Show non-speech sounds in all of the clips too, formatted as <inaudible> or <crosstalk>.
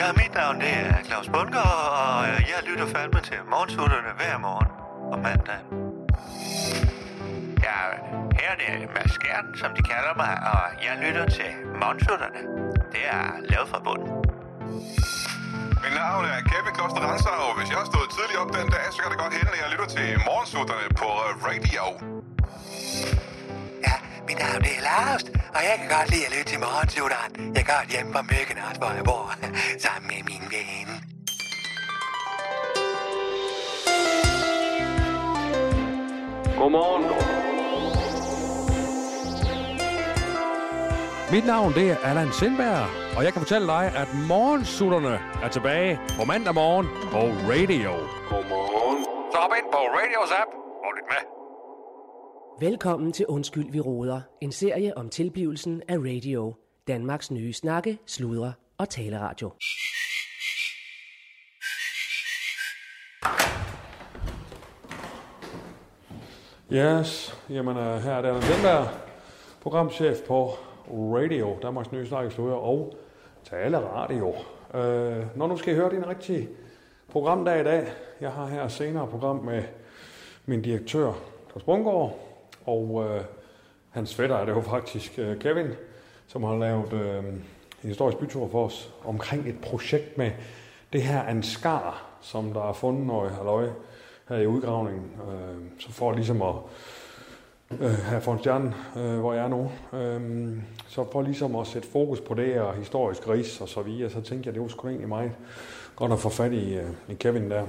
Ja, mit navn det er Claus Bunker, og øh, jeg lytter fandme til morgensutterne hver morgen og mandag. Ja, her er det Mads Skjern, som de kalder mig, og jeg lytter til morgensutterne. Det er lavet fra bunden. Mit navn er Kæppe Kloster Renser, og hvis jeg har stået tidligt op den dag, så kan det godt hende, at jeg lytter til morgensutterne på øh, radio. Ja, mit navn det er Lars, og jeg kan godt lide at lytte til morgensutteren. Jeg går hjem fra myggen også, hvor jeg bor, <laughs> sammen med min veninde. Godmorgen. Mit navn det er Allan Sindberg, og jeg kan fortælle dig, at morgensutterne er tilbage på mandag morgen på radio. Godmorgen. Så hop ind på radios app og lyt med. Velkommen til Undskyld, vi råder. En serie om tilblivelsen af radio. Danmarks nye snakke, sludre og taleradio. Yes, jamen øh, her er det Allan Sindberg, programchef på Radio, Danmarks nye snakkesluder og taleradio. Øh, når nu skal I høre, det er en rigtig programdag i dag. Jeg har her senere program med min direktør, Claus Brungård, og øh, hans fætter er det jo faktisk, øh, Kevin, som har lavet øh, en historisk bytur for os omkring et projekt med det her anskar, som der er fundet noget halløj her i udgravningen. Øh, så for ligesom at øh, her for en stjerne, øh, hvor jeg er nu. Øh, så for ligesom at sætte fokus på det her historisk ris og så videre, så tænkte jeg, det var sgu da egentlig meget godt at få fat i, øh, i Kevin der.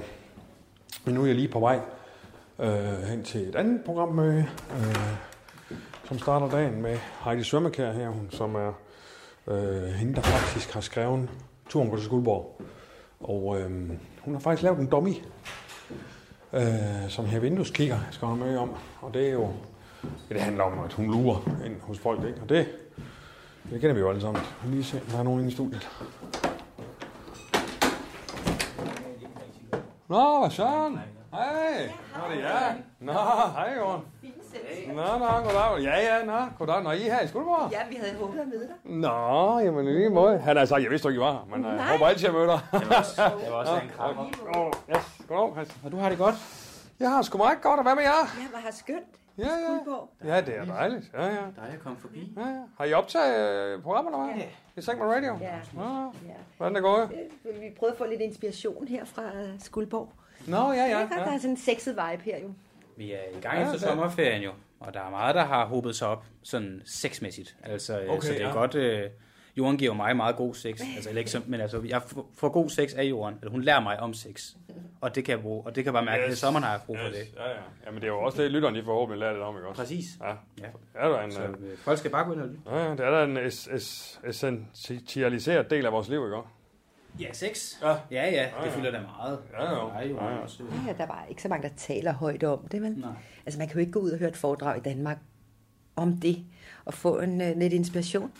Men nu er jeg lige på vej øh, hen til et andet programmøde, øh, som starter dagen med Heidi Sømmerkær her, hun, som er øh, hende, der faktisk har skrevet Turen på til Skuldborg. Og øh, hun har faktisk lavet en dummy, øh, som her Windows kigger, skal hun med om. Og det er jo, det handler om, at hun lurer ind hos folk, ikke? Og det, det kender vi jo alle sammen. Lad os Lige se, om der er nogen inde i studiet. Nå, hvad søren? Hej, nå det er jeg. Nå, hej Jorden. Nå, nå, goddag. Ja, ja, nå, goddag. Nå, I er her i Skuldborg? Ja, vi havde håbet at møde dig. Nå, jamen i lige måde. Han har sagt, jeg vidste ikke, I var her, men øh, jeg håber altid, jeg møder dig. Jeg var også en krammer. Åh, yes. Goddag, Christian. Og du har det godt? Jeg har sgu meget godt, og hvad med jer? Ja, hvor har skønt. Ja, ja. Skuldborg. Ja, det er dejligt. Ja, ja. Nej, jeg kom forbi. ja, ja. Har I optaget øh, programmet, eller hvad? Ja. Det er Segment Radio? Ja. Nå, Ja. hvordan det går? Øh, Vi prøvede at få lidt inspiration her fra øh, Skuldborg. Nå, ja, Ja, ja. det er godt, altså. der ja. er sådan en sexet vibe her jo. Vi er i gang Ja, efter ja. sommerferien jo, og der er meget, der har hobet sig op, sådan sexmæssigt. Altså, øh, Okay, så det er ja. godt... Øh, Jorden giver jo mig meget god sex, altså eller ikke, som- men altså, jeg f- får god sex af Jorden, eller hun lærer mig om sex, og det kan jeg bruge, og det kan jeg bare mærke, yes. at det sommeren har jeg brug for yes. det. Ja, ja. Jamen, det er jo også det, lytteren de forhåbentlig lærer lidt om, ikke også? Præcis. Ja. Ja. Det er der en, Så øh, øh, folk skal bare gå ind og lytte. ja, ja, det er der en es- es- essentialiseret del af vores liv, ikke også? Ja, sex. Ja. Ja, ja, ja. det fylder da meget. Ja, jo. Nej, Jorden Ja, ja. også. Ja, der var ikke så mange, der taler højt om det, vel? Nej. Altså, man kan jo ikke gå ud og høre et foredrag i Danmark om det, og få en øh, lidt inspiration.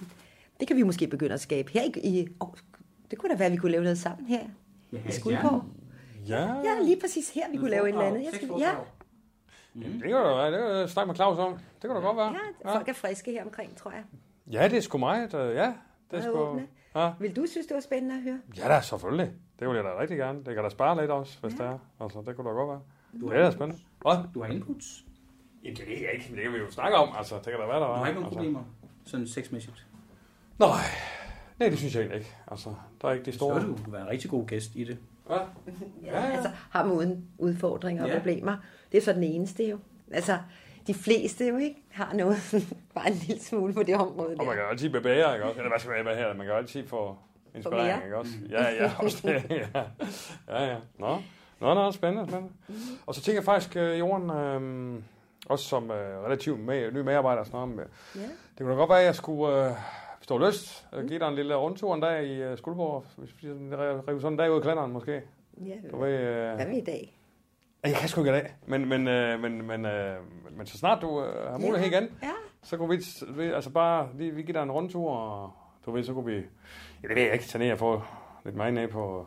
Det kan vi måske begynde at skabe her i... i åh, det kunne da være, at vi kunne lave noget sammen her i Skuldborg. Ja, Ja, lige præcis her, vi kunne lave et eller andet. Jeg skal, ja, det kan du da være. Det kan du snakke med Claus om. Det kan du godt være. ja, folk er friske her omkring, tror jeg. Ja, det er sgu meget. øh, Ja, det er Meget sgu... åbne. Ja. Vil du synes, det var spændende at høre? Ja da, selvfølgelig. Det vil jeg da rigtig gerne. Det kan da spare lidt også, hvis ja. det er. Altså, det kunne da godt være. Du er da spændende. Hvad? Du har inputs. Jamen, det ved jeg ikke, men det kan vi jo snakke om. Altså, det kan da være, der Du var. har ikke nogen altså. problemer, sådan sexmæssigt. Nej. Nej, det synes jeg egentlig ikke. Altså, der er ikke de Så store... er du kunne være en rigtig god gæst i det. Hvad? Ja, altså ham uden udfordringer og Ja. problemer. Det er så den eneste jo. Altså, de fleste jo ikke har noget, <laughs> bare en lille smule på det område Og man der. kan jo altid bevæge, ikke også? Eller hvad skal jeg være her? Man kan jo altid få inspirering, mere. ikke også? Ja, ja, <laughs> også det. Ja, ja. ja. Nå. Nå, nå, spændende, spændende. Mm-hmm. Og så tænker jeg faktisk, øh, Jorden, øh, også som øh, relativt med, ny medarbejder og sådan noget, men øh, Ja. Det kunne da godt være, at jeg skulle, øh, hvis du har lyst, Mm. øh, give dig en lille rundtur en dag i øh, Skuldborg. Hvis vi sådan- rive sådan en dag ud af kalenderen, måske. Ja, Du ved, øh, hvad med i dag? jeg kan sgu ikke i dag, men, men, øh, men, men, øh, men, men så snart du øh, har mulighed Ja. igen, Ja, så kunne vi, s- vi altså bare, vi, vi giver dig en rundtur, og du ved, så kunne vi, ja, det ved jeg ikke, tage ned og få lidt meget af på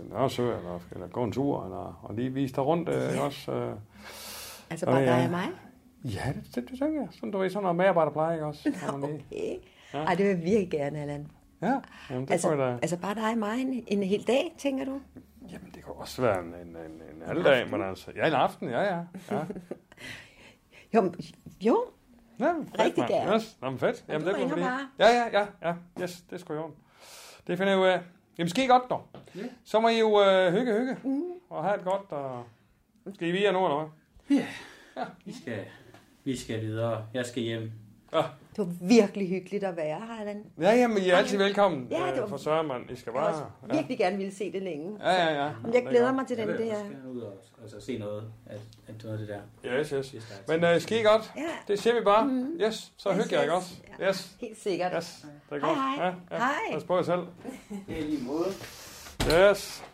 øh, Nørresø, eller, eller gå en tur, eller, og lige vise dig rundt øh, også. Øh. altså Nå, bare ja. dig og mig. Ja, det, det, det, tænker jeg. Sådan, du ved, sådan noget medarbejderpleje, ikke også? Nå, Okay. Ej, det vil jeg virkelig gerne, Allan. Ja, jamen, det altså, altså, tror jeg da. altså bare dig og mig en, en hel dag, tænker du? Jamen, det kan også være en, en, en, en halvdag, men altså... Ja, en aften, ja, ja. ja. Jo, men- jo. Ja, fedt, Rigtig mand. gerne. Yes. Nå, men fedt. du det kunne ringer vi lige- bare. Ja, ja, ja, ja. Yes, det skal jo. Det finder jeg ud af. Jamen, skal I godt, dog. Yeah. Så må I jo øh, hygge, hygge. Mm. Og have det godt. Og... Skal I via nu, eller hvad? Vi skal, vi skal videre. Jeg skal hjem. Det var virkelig hyggeligt at være her, Allan. Ja, jamen, I er altid velkommen. Ja, det var- øh, For Søren, mand. I skal Jeg har bare... også virkelig gerne ville se det længe. Ja, ja, ja. Men jeg glæder mig til den jeg vil der. også gerne ud og altså, se noget af, af noget af det der. Yes, yes. Hvis der er Men tid. øh, skal I godt? Ja, Det ser vi bare. Mm. Yes, så Yes, hygger jeg, ikke yes. også? Yes, helt sikkert. yes. Det er Hej, godt. hej. Ja, ja. Hej. Pas på jer selv. Det er lige måde. Yes.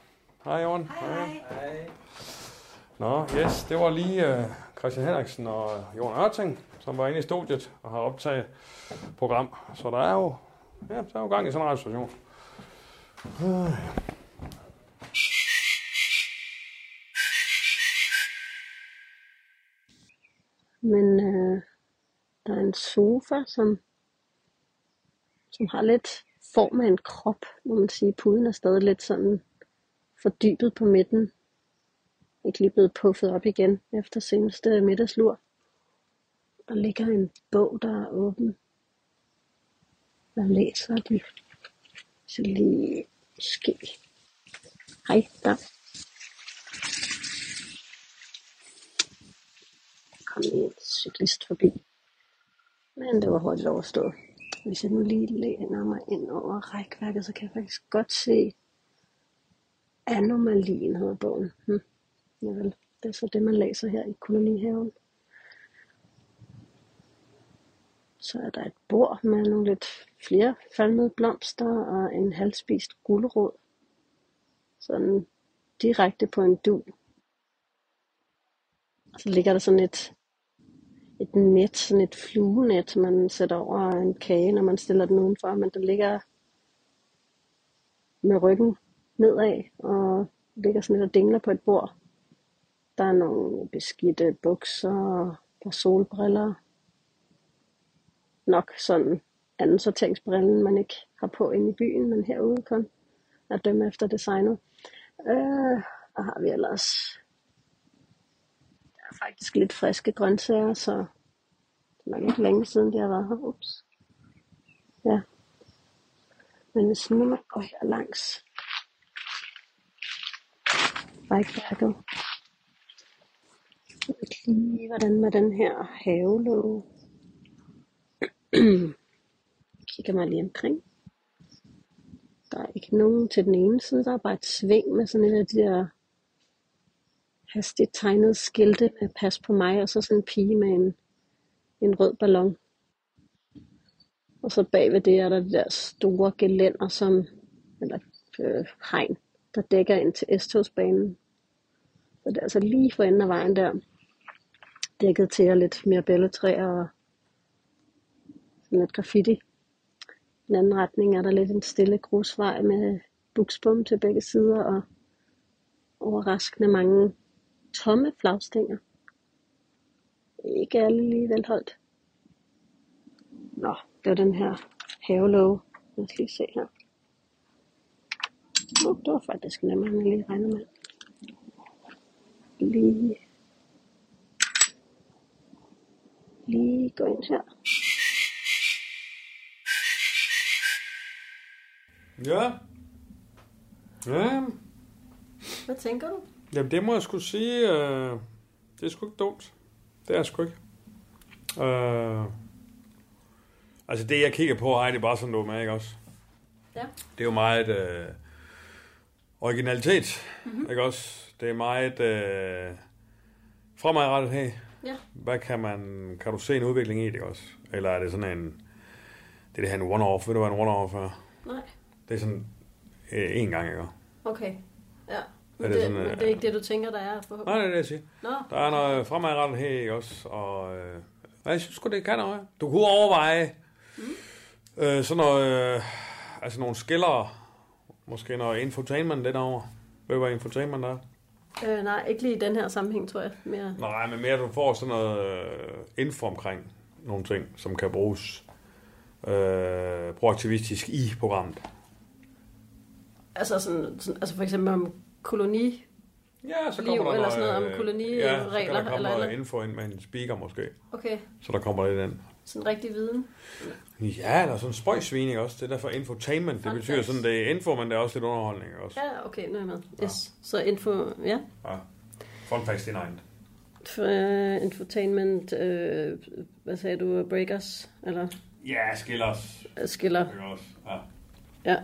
Hej, Jorden. Hej, hej. Hej. Nå, yes, det var lige øh, Christian Henriksen og øh, Jon Ørting, som var inde i studiet og har optaget program. Så der er jo, ja, der er jo gang i sådan en radiostation. Men øh, der er en sofa, som, som har lidt form af en krop, må man sige. Puden er stadig lidt sådan fordybet på midten. Ikke lige blevet puffet op igen efter seneste middagslur. Der ligger en bog, der er åben. Hvad læser de? Så lige ske. Hej, der. kom lige en cyklist forbi. Men det var hurtigt overstået. Hvis jeg nu lige læner mig ind over rækværket, så kan jeg faktisk godt se Anomalien hedder bogen. Hm. Javel, det er så det, man læser her i kolonihaven. Så er der et bord med nogle lidt flere falmede blomster og en halvspist gulerod. Sådan direkte på en du. Så ligger der sådan et, et net, sådan et fluenet, man sætter over en kage, når man stiller den udenfor, men den ligger med ryggen nedad, og ligger sådan lidt og dingler på et bord. Der er nogle beskidte bukser, der er solbriller. Nok sådan anden sorteringsbrillen, man ikke har på inde i byen, men herude kun at dømme efter designet. Øh, og har vi ellers er faktisk lidt friske grøntsager, så det er nok ikke længe siden, det har været her. Ups. Ja. Men hvis nu man går her langs vejkværket, jeg ved ikke lige, hvordan med den her havelåge. kigger mig lige omkring. Der er ikke nogen til den ene side, der er bare et sving med sådan et af de der hastigt tegnede skilte med pas på mig, og så sådan en pige med en, en rød ballon. Og så bagved det er der de der store gelænder, som, eller øh, hegn, der dækker ind til S-togsbanen. Så det er altså lige for enden af vejen der, dækket til og lidt mere bælletræer og sådan lidt graffiti. I den anden retning er der lidt en stille grusvej med buksbom til begge sider, og overraskende mange tomme flagstænger. Ikke alle lige velholdt. Nå, det var den her havelåge. Lad os lige se her. Nå, det var faktisk nemmere, end jeg lige regnede med. Lige... Lige gå ind her. Ja. Ja, Hvad tænker du? jamen det må jeg skulle sige, øh, det er sgu ikke dumt. Det er sgu ikke. Øh, altså det, jeg kigger på, ej, det er bare sådan noget med, ikke også? Ja. Det er jo meget øh, originalitet, Mhm. mm-hmm. ikke også? Det er meget øh, fremadrettet, hey. Ja. Hvad kan man, kan du se en udvikling i det ikke også? Eller er det sådan en, det er det her en one-off, ved du hvad en one-off er? Nej. Det er sådan øh, en gang, ikke også? Okay. Ja. Men, Er det det, sådan, men øh, det er ikke det, du tænker, der er forhåbentlig. Nej, det er det, jeg siger. Nå, Der er noget fremadrettet her, ikke også? Og øh, og jeg synes sgu, det kan noget. Du kunne overveje mm. øh, sådan noget, øh, altså nogle skiller, måske noget infotainment lidt over. Ved du, hvad infotainment er? øh, nej, ikke lige i den her sammenhæng, tror jeg. Mere. Nej, men mere du får sådan noget øh, info omkring nogle ting, som kan bruges øh, proaktivistisk i programmet? Altså, sådan, sådan, altså for eksempel om koloni. Ja, så Liv kommer der eller sådan noget om øh, koloniregler, Ja, så kan der komme eller- noget eller- info ind med en speaker måske. Okay, Så der kommer lidt ind. sådan rigtig viden. Ja, eller sådan en spøjsvin, ikke også? Det er derfor infotainment. Det Fun betyder facts. sådan, det er info, men det er også lidt underholdning. Ikke også? Ja, okay, nu er jeg med. Yes. Ah. Så info, ja. Ja. Fun facts din egen. Uh, infotainment, øh, hvad sagde du, breakers, eller Ja, skil os. øh, skiller. Ikke også? Ja. Ja.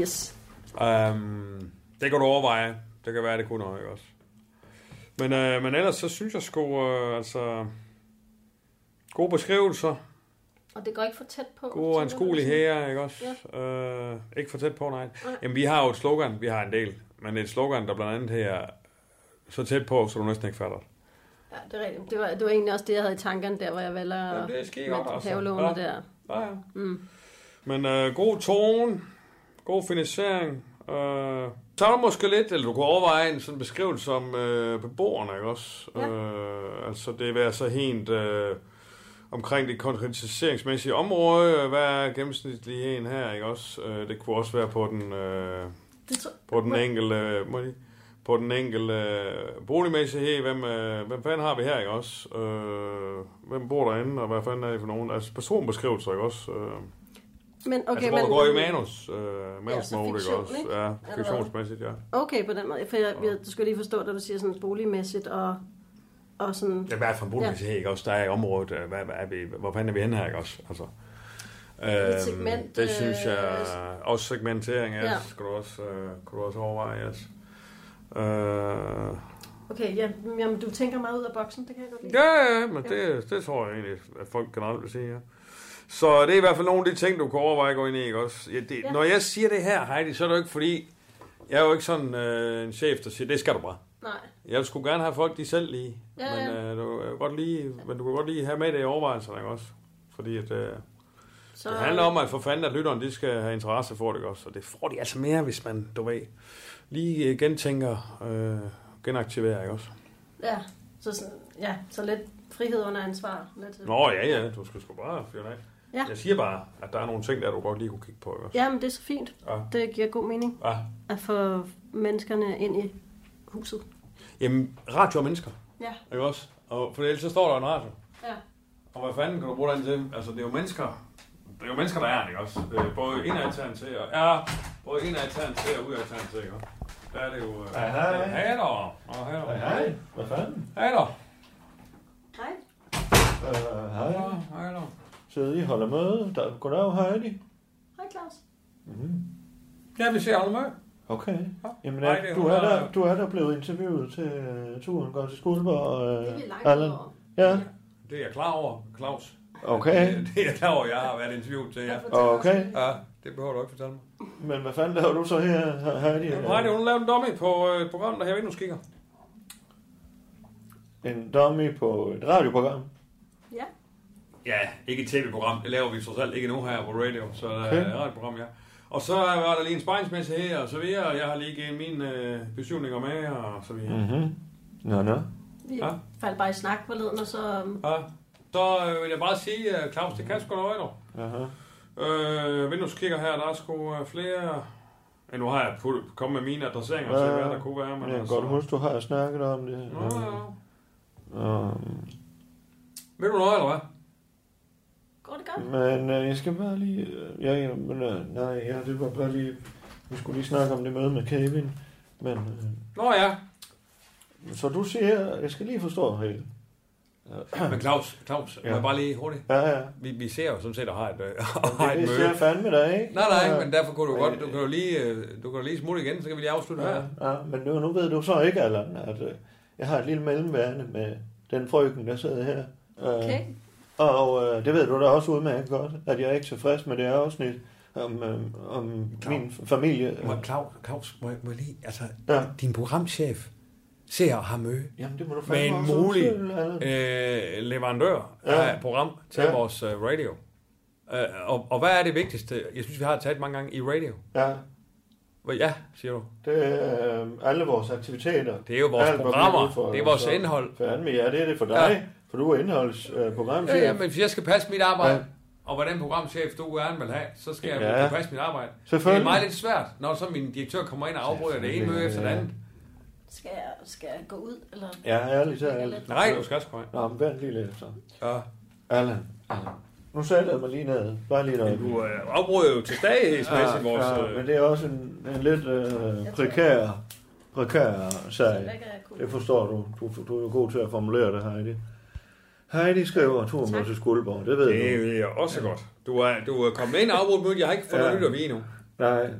Yes. Um, det kan du overveje. Det kan være, det kunne noget, ikke også? Men, øh, men ellers, så synes jeg sgu, øh, altså... Gode beskrivelser, Og det går ikke for tæt på. gode anskuelige her, ikke også? Ja. Øh, ikke for tæt på, nej. Nej. Jamen, vi har jo et slogan, vi har en del, men et slogan, der blandt andet her, så tæt på, så du næsten ikke fatter det. Ja, det er rigtigt. Det var, det var egentlig også det, jeg havde i tankerne der, hvor jeg valgte Jamen, det er at skide godt, altså. havlåne Ja. der. Ja, ja. Mm. Men øh, god tone, god finansiering. Øh, så er der måske lidt, eller du kunne overveje en sådan beskrivelse som øh, beboerne, ikke også? Ja. Øh, altså det vil så helt øh, omkring det konkretiseringsmæssige område. Hvad er gennemsnitlig en her, ikke også? Øh, det kunne også være på den, øh, Det tror, på den enkelte... Må jeg lige- på den enkelte øh, boligmæssighed, hvem, øh, hvem fanden har vi her, ikke også? Øh, hvem bor derinde, og hvad fanden er det for nogen? Altså personbeskrivelser, ikke også? Øh. men okay, Okay, altså, hvor men, du går i manus, øh, manus så mode, ikke fiktion, også? ikke? Ja, hvad? fiktionsmæssigt, ja. Okay, på den måde. For jeg, jeg du skal lige forstå, når du siger sådan boligmæssigt og, og sådan... Ja, hvad er det for en boligmæssig her, ikke også? Der er i området, øh, hvad, hvad er vi, hvor fanden er vi henne her, ikke også? Altså, øhm, segment, det synes øh, jeg, også segmentering, yes, ja. Ja. kunne, du også, øh, kunne du også overveje, yes. Øh, Okay, ja, jamen, du tænker meget ud af boksen, det kan jeg godt lide. Ja, ja, men det, det tror jeg egentlig, at folk generelt vil sige, ja. Så det er i hvert fald nogle af de ting, du kan overveje at gå ind i, ikke også? Ja, det, ja. Ja. Når jeg siger det her, Heidi, så er det jo ikke fordi, jeg er jo ikke sådan øh, en chef, der siger, det skal du bare. Nej, Jeg skulle gerne have folk, de selv lige. Ja, Ja, men, ja. øh, du, kan godt lige, men du kan godt lige have med det i overvejelserne, ikke også? Fordi at, øh, så... det handler om, at for fanden, at lytteren de skal have interesse for det, ikke også? Og det får de altså mere, hvis man, du ved, lige øh, gentænker, øh, genaktiverer, ikke også? Ja, så, sådan, ja, så lidt frihed under ansvar. Lidt, øh. Nå, ja, ja, du skal sgu bare fyre den af. Ja. Jeg siger bare, at der er nogle ting, der du godt lige kunne kigge på, ikke også? Ah, Ja, men det er så fint. Ja. Det giver god mening Ja. at få menneskerne ind i huset. Jamen, radio er mennesker, Ja, ikke også? Og, for ellers så står der en radio. ja. Og hvad fanden kan du bruge den til? Altså, det er jo mennesker. Det er jo mennesker, der er, ikke også? Øh, både indadtagen til og... Ja, både indadtagen til og udadtagen til, ikke også? Der er det jo... Øh, Aha. det er hater. Og hater. Hej, hvad fanden? Hater. Hej. Uh, Ja, hej. hater. Så I holder møde. Der, goddag, Heidi. Hej, Claus. Ja, vi ser Alma. Okay. Jamen, Hej, Hej, det er du, hun, er der- der, du er der blevet interviewet til øh, turen går til Skuldborg. Og, Det er øh, vi langt Allan. over. Ja, Det er jeg klar over, Claus. okay. <laughs> Det, det er jeg klar over, jeg har været interviewet til jer. Okay. Ja, det behøver du ikke fortælle mig. Men hvad fanden laver du så her, Heidi? Nej, det hun lavede en dummy på øh, et program, der her vindueskikker. En dummy på et radioprogram. Ja, Ja, ikke et tv-program. Det laver vi trods alt ikke nu her på radio, så okay. Okay. det er et program, ja. Og så var der lige en sparringsmesse her, og så videre, og jeg har lige givet mine øh, besøgninger med, og så videre. Mm. Mhm. Nå, nå. vi Ja. ja. faldt bare i snak forleden, og så... Um, Ja. Så øh, vil jeg bare sige, at Claus, det kan sgu noget, dog. Aha. Øh, vindueskikker her, der er sgu øh, flere... Ja, nu har jeg put- kommet med mine adresseringer til, Ja, hvad der kunne være, men altså- Men jeg kan godt huske, du har snakket om det. Nå, ja, ja. Øhm, Ved du noget, eller hvad? går det godt? men øh, jeg skal bare lige... øh, Ja, ja, men, øh, nej, ja, det var bare lige... Vi skulle lige snakke om det møde med Kevin. Men, øh, Nå ja, så du siger... Jeg skal lige forstå helt. men Claus, Claus, ja. må Ja. jeg bare lige hurtigt? Ja, ja. Vi, vi ser jo sådan set, at har et, øh, <laughs> har Det et vidste møde. jeg fandme da, ikke? Nej, nej, men derfor kunne du Men- godt, du kan jo lige, øh, du kan jo lige smutte igen, så kan vi lige afslutte her. Ja, ja, men nu, nu ved du så ikke, Allan, at øh, jeg har et lille mellemværende med den frøken, der sidder her. Øh, Okay. Og øh, det ved du da også udmærket godt, at jeg er ikke tilfreds med det afsnit om, øh, om Klar. min familie. Må, Claus, Claus, må, jeg- må jeg lige, altså, Ja. din programchef ser og har møde Jamen, det må du med fandme en også mulig undskylde, Allan. øh, leverandør Ja. af et program til Ja. vores øh, radio. Øh, og, og hvad er det vigtigste? Jeg synes, vi har talt mange gange i radio. Ja, Hvad- Ja, siger du. det er øh, alle vores aktiviteter. Det er jo vores Alt, hvad vi programmer. udfolder, Det er vores så- indhold. Fandme, ja, det er det for Ja. dig, for du er indholdsprogramchef. Ja, ja, men hvis jeg skal passe mit arbejde, Ja. ja. og hvordan programchef du gerne vil have, så skal jeg Ja. ja. passe mit arbejde. Selvfølgelig. Det er meget lidt svært, når så min direktør kommer ind og afbryder det ene møde efter det Ja. andet. Skal jeg, skal jeg gå ud? Eller? Ja, ærligt, så er ærligt. Nej, du skal også komme ind. Nå, men vent lige lidt så. Ja. Allan, Allan. Nu sætter jeg mig lige ned. Bare lige noget. Du øh, afbryder jo til stadighedsmæssigt vores... Ja, øh, men det er også en, en lidt øh, prekær, prekær sag. Det forstår du. Du, du er jo god til at formulere det, Heidi. Heidi skriver turen med til Skuldborg, det ved Det du. er jo også godt. Du er, du er kommet ind og afbrudt mødet. Jeg har ikke fået Ja. noget nyt at vide endnu. Nej.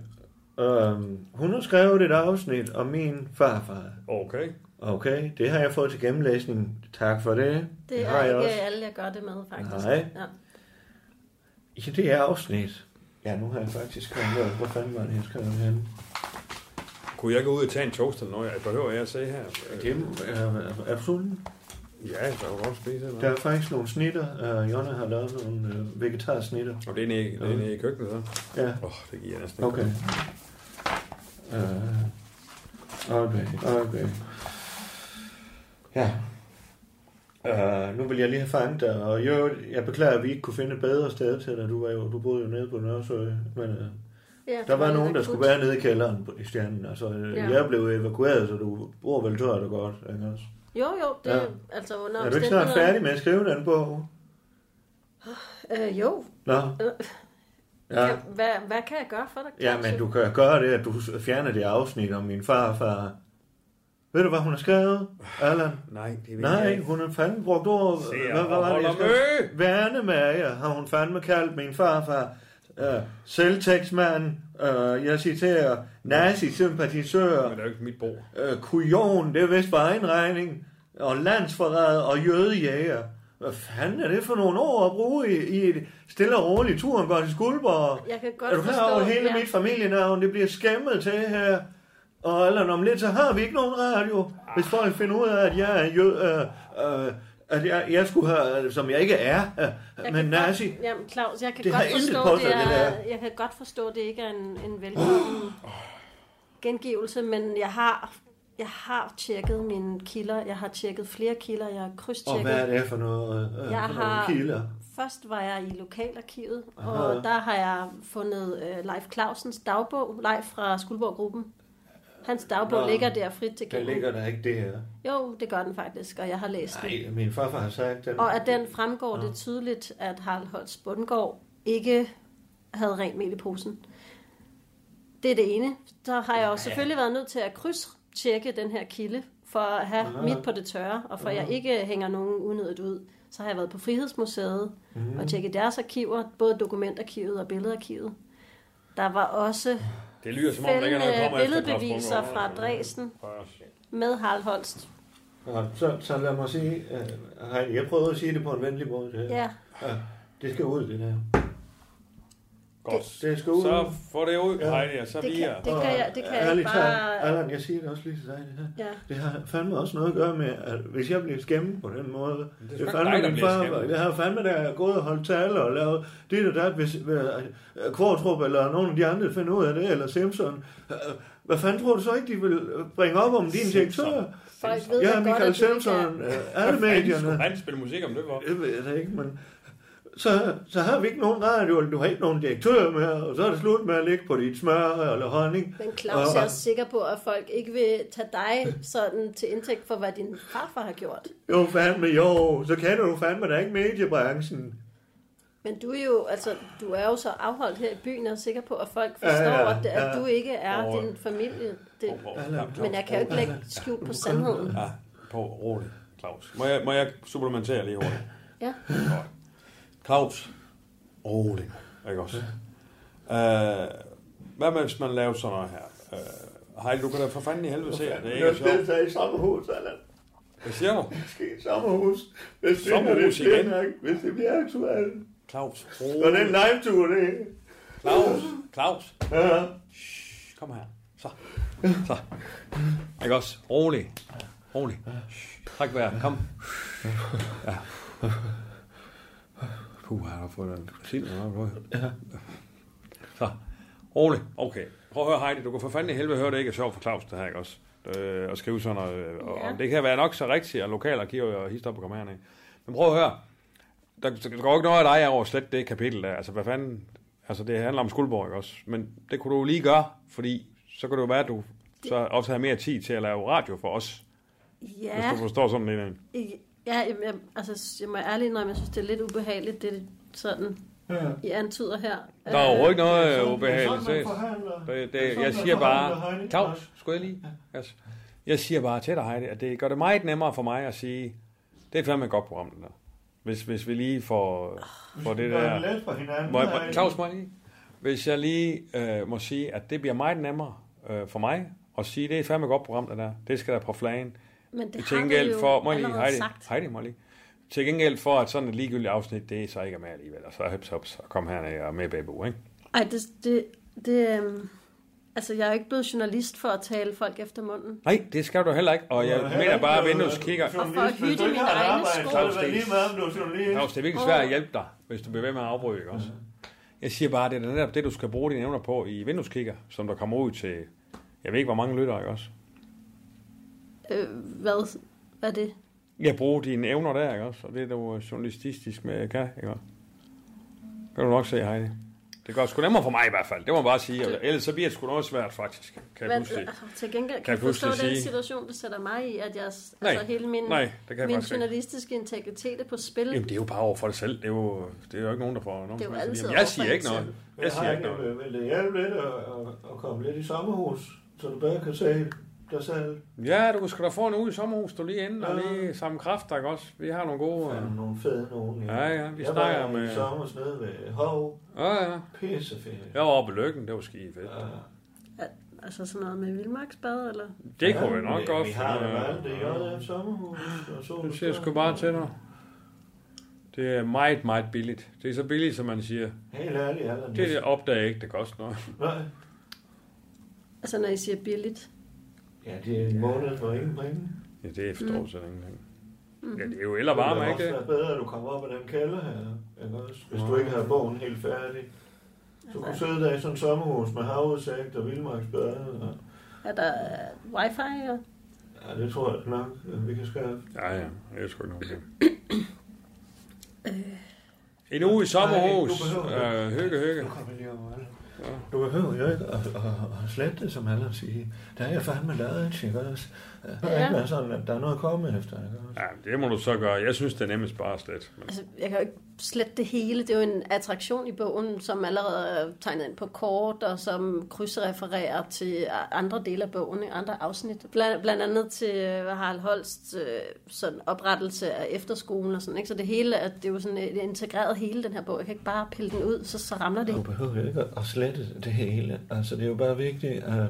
Øhm, hun har skrevet et afsnit om min farfar. Okay. Okay, det har jeg fået til gennemlæsning. Tak for det. Det har er jeg ikke også. alle, jeg gør det med, faktisk. Nej. Ja. I det her afsnit. Ja, nu har jeg faktisk kommet ned. Hvor fanden var det, jeg skrev henne? Kunne jeg gå ud og tage en toast eller noget? Jeg behøver jeg at se her. Det er, er du sulten? Ja, jeg kan jo godt spise eller Der er faktisk nogle snitter. Uh, Jonna har lavet nogle uh, vegetarsnitter. Og det er nede, det er nede i køkkenet, så? Ja. Åh, oh, det giver jeg næsten Okay. ikke. Uh, okay, okay. Ja. Uh, nu vil jeg lige have fanget dig, og jo, jeg beklager, at vi ikke kunne finde et bedre sted til dig. Du, var jo, du boede jo nede på Nørresø, men uh, Ja, der det var var nogen, lidt der akut. skulle være nede i kælderen på, i stjernen, og så uh, Ja. ja. jeg blev evakueret, så du bor vel tørt og godt, ikke også? Jo, jo, det Ja. ja. altså under er du ikke snart færdig med at skrive den bog? Øh, jo. Nå. Øh, Ja. ja. Hvad, hvad kan jeg gøre for dig? Altså, Ja, men du kan gøre det, at du fjerner det afsnit om min farfar. Ved du, hvad hun har skrevet, Allan? Nej, det ved jeg Nej, ikke. hun har fandme brugt ord. Se, Hvad, jeg hvad var det, holder jeg skrev? Værnemærke har hun fandme kaldt min farfar. Uh, selvtægtsmand, uh, jeg citerer, nazi-sympatisør. Men det er jo ikke mit bord. Uh, kujon, det er vist bare en regning. Og landsforræder og jødejæger. Hvad fanden er det for nogle ord at bruge i, i et stille og roligt turen går til Skuldborg? Jeg kan godt er du klar over, at forstå, hele ja. mit familienavn det bliver skæmmet til her? Og eller om lidt, så har vi ikke nogen radio. Hvis folk finder ud af, at jeg er jød, øh, øh, at jeg, jeg skulle have, øh, som jeg ikke er, øh, Jeg men kan godt- nazi. Jamen, Claus, jeg kan Det godt har intet forstå, på sig, det det er, der. jeg kan godt forstå, det ikke er en, en velkommen gengivelse, men jeg har, jeg har tjekket mine kilder. Jeg har tjekket flere kilder. Jeg har krydstjekket. Og hvad er det for noget, øh, jeg for nogle har, kilder? Først var jeg i lokalarkivet, Aha. og der har jeg fundet øh, Leif Clausens dagbog, Leif fra Skuldborg-gruppen. Hans dagbog Nå, ligger der frit Der tilgængelig. ligger der ikke det her. Jo, det gør den faktisk, og jeg har læst den. Nej, min farfar har sagt den. Og af den fremgår det tydeligt, at Harald Holst Bundgaard ikke havde rent mel i posen. Det er det ene. Så har jeg jo selvfølgelig været nødt til at krydstjekke den her kilde, for at have Aha. mit på det tørre, og for at jeg Aha. ikke hænger nogen unødigt ud. Så har jeg været på Frihedsmuseet Mhm. og tjekket deres arkiver, både dokumentarkivet og billedarkivet. Der var også Det lyder som om, der ikke er noget, der fældende kommer billedbeviser efter fra Claus Bunker. Dresden med Harald Holst. Ja, så, så lad mig sige, øh, Heidi, jeg prøvede at sige det på en venlig måde. Det her. Ja. ja. Det skal ud, det der. Godt. Det skal ud. Så få det ud, Heidi, og så Det lige... kan- at- det kan jeg- det kan jeg Ærligt ikke talt, bare- Allan, jeg siger det også lige til dig, det her. Ja. Det har fandme også noget at gøre med, at hvis jeg bliver skæmmet på den måde, er det er sgu ikke dig, fandme der min bliver far. skæmmet. Jeg har fandme der gået og holdt tale og lavet det og der, hvis øh, Kvartrup eller nogen af de andre finder ud af det, eller Simpson. Øh, Hvad fanden tror du så ikke, de vil bringe op om din direktør? Folk ved Jeg jo er godt, Michael at du ikke er- Simpson, øh, alle Hvad fanden medierne. skulle han spille musik om det for? Det ved jeg da ikke, men så, så har vi ikke nogen radio, eller du har ikke nogen direktør med, og så er det slut med at ligge på dit smør eller honning. Men Claus, og, jeg er også sikker på, at folk ikke vil tage dig sådan til indtægt for, hvad din farfar har gjort. Jo, fandme, jo, så kender du fandme da ikke mediebranchen. Men du er jo, altså, du er jo så afholdt her i byen, og er sikker på, at folk Ja, ja, forstår, ja, ja, ja. ja. at du ikke er Og- din familie. Det, Claus. men jeg kan jo ikke lægge skjul på sandheden. Ja, på roligt, Claus. Må jeg, må jeg supplementere lige hurtigt? Ja. Godt. Claus, rolig nu, ikke også? Øh, hvad med, hvis man laver sådan noget her? Øh, Heidi, du kan da for fanden i helvede se, at det ikke er Jeg sjovt. skal tage i sommerhus, eller Hvad siger du? skal i sommerhus. Hvis det, Sommerhus det, det, igen? nok, hvis det bliver aktuelt. Claus, Og den rolig. live-tur, det Claus, Claus. Ja. Shh, kom her. Så. Så. Ikke også? Rolig. Rolig. Shh, Træk vejret. Kom. Ja. Puh, jeg har fået en sild. Ja. Så. Rolig. Okay. Prøv at høre, Heidi. Du kan for fanden i helvede høre, det ikke er sjovt for Claus, det her, ikke også? Øh, at skrive sådan noget. øh, Og, ja. Ja. og det kan være nok så rigtigt, at lokalarkiver og histop og komme herned. Men prøv at høre. der, der går ikke noget af dig over slet det kapitel der. Altså, hvad fanden... Altså, det handler om Skuldborg ikke også. Men det kunne du jo lige gøre, fordi så kunne det jo være, at du så også havde mere tid til at lave radio for os. Ja. Hvis du forstår sådan en en. I- Ja, jeg, jeg, altså, jeg må ærligt indrømme, jeg synes, det er lidt ubehageligt, det sådan, Ja. I antyder her. Der er overhovedet ikke det er noget sådan- øh, ubehageligt. det er Det, sådan, man forhandler. det, Det er det, sådan, man jeg siger forhandler, bare, Heidi. Claus, skulle jeg lige? Yes. Jeg siger bare til dig, Heidi, at det gør det meget nemmere for mig at sige, det er fandme et godt program, det der. Hvis, hvis vi lige får, får det gøre der... det let for hinanden, Må jeg, Heidi. Claus, må jeg lige? Hvis jeg lige øh, må sige, at det bliver meget nemmere øh, for mig at sige, det er fandme et godt program, det der. Det skal der på flagen. Men det Til har vi jo for, må jeg lige, allerede Heidi, sagt. Heidi, må jeg lige. Til gengæld for, at sådan et ligegyldigt afsnit, det er så ikke er med alligevel. Og så hops, hops, og kom herned og med baby, ikke? Ej, det, det, det øhm, altså, jeg er jo ikke blevet journalist for at tale folk efter munden. Nej, det skal du heller ikke, og jeg Du er heller mener ikke bare, at blevet Windows kigger... journalist, Og for at hvis du hytte ikke mine har et egne arbejde, sko. så er det vel lige meget, om du er journalist. Claus, det er virkelig svært at hjælpe dig, hvis du bliver ved med at afbryde, ikke også? Jeg siger bare, at det er netop det, du skal bruge dine evner på i Windows kigger, som der kommer ud til... Jeg ved ikke, hvor mange lytter, ikke også? Øh, hvad, hvad er det? Jeg bruger dine evner der, ikke også? Og det er du øh, journalistisk med kan, ikke også? Kan du nok se, Heidi. Det går sgu nemmere for mig i hvert fald. Det må man bare sige. Ellers så bliver det sgu noget svært, faktisk. Kan jeg Hvad- øh, pludselig. til Kan gengæld kan, jeg kan jeg forstå pludselig den sige- situation, det sætter mig i, at jeg, altså Nej, hele min, nej, det kan jeg min faktisk ikke. journalistiske integritet er på spil. Jamen, det er jo bare over for dig selv. Det er jo, det er jo ikke nogen, der får nogen. Det er jo som helst. altid Jamen, over jeg for siger en ikke noget. selv. Jeg siger ikke noget. Men det hjælper lidt at, at, at komme lidt i sommerhus, så du bedre kan se dig selv. Ja, du kan sgu da få en uge i sommerhus, du lige inden, og lige samme kræfter, ikke også? Vi har nogle gode... Ja, nogle fede nogen, ja. Ja, ja, vi jeg snakker øh, var med... i sommer nede ved Hov. Ja, ja. Pisseferie. Jeg var oppe i Lykken, det var skide fedt. Altså sådan noget med vildmarksbad, eller? Det kunne jeg nok godt. Vi har det øh, valgt, det er jo sommerhus. Og så Du siger sgu bare til dig. Det er meget, meget billigt. Det er så billigt, som man siger. Helt ærligt, jeg er Det, det opdager jeg ikke, det koster noget. Nej. Altså når I siger billigt. Ja, det er en måned for ingen penge. Ja, det forstår Mm. jeg slet ingenting. Ja, det er jo el og varme, ikke Det ville det? også være bedre, at du kommer op af den kælder her, ikke også? Hvis Nå. du ikke havde bogen helt færdig. Du kunne sidde der i sådan et sommerhus med havudsigt og vildmarksbade. Og... Er der øh, wifi? Og... Ja, det tror jeg nok, at vi kan skaffe. Ja, ja. Det er sgu ikke nogen ting. Øh, En uge i sommerhus. Nej, du behøver Øh, ikke. hygge, hygge. Du behøver jo ikke at, at, at slette det, som alle siger. Der er jeg fandme lavet, ikke ikke også? Det kan Ja. ikke være sådan, at der er noget at komme efter, ikke også? Ja, det må du så gøre. Jeg synes, det er nemmest bare slet. Men... Altså, jeg kan jo ikke slette det hele. Det er jo en attraktion i bogen, som allerede er tegnet ind på kort, og som krydsrefererer til andre dele af bogen, ikke? andre afsnit. Blandt, blandt andet til øh, Harald Holsts øh, sådan oprettelse af efterskolen og sådan, ikke? Så det hele, er, det er jo sådan et integreret hele, den her bog. Jeg kan ikke bare pille den ud, så, så ramler det. Du behøver jo ikke at slette det hele. Altså, det er jo bare vigtigt, at,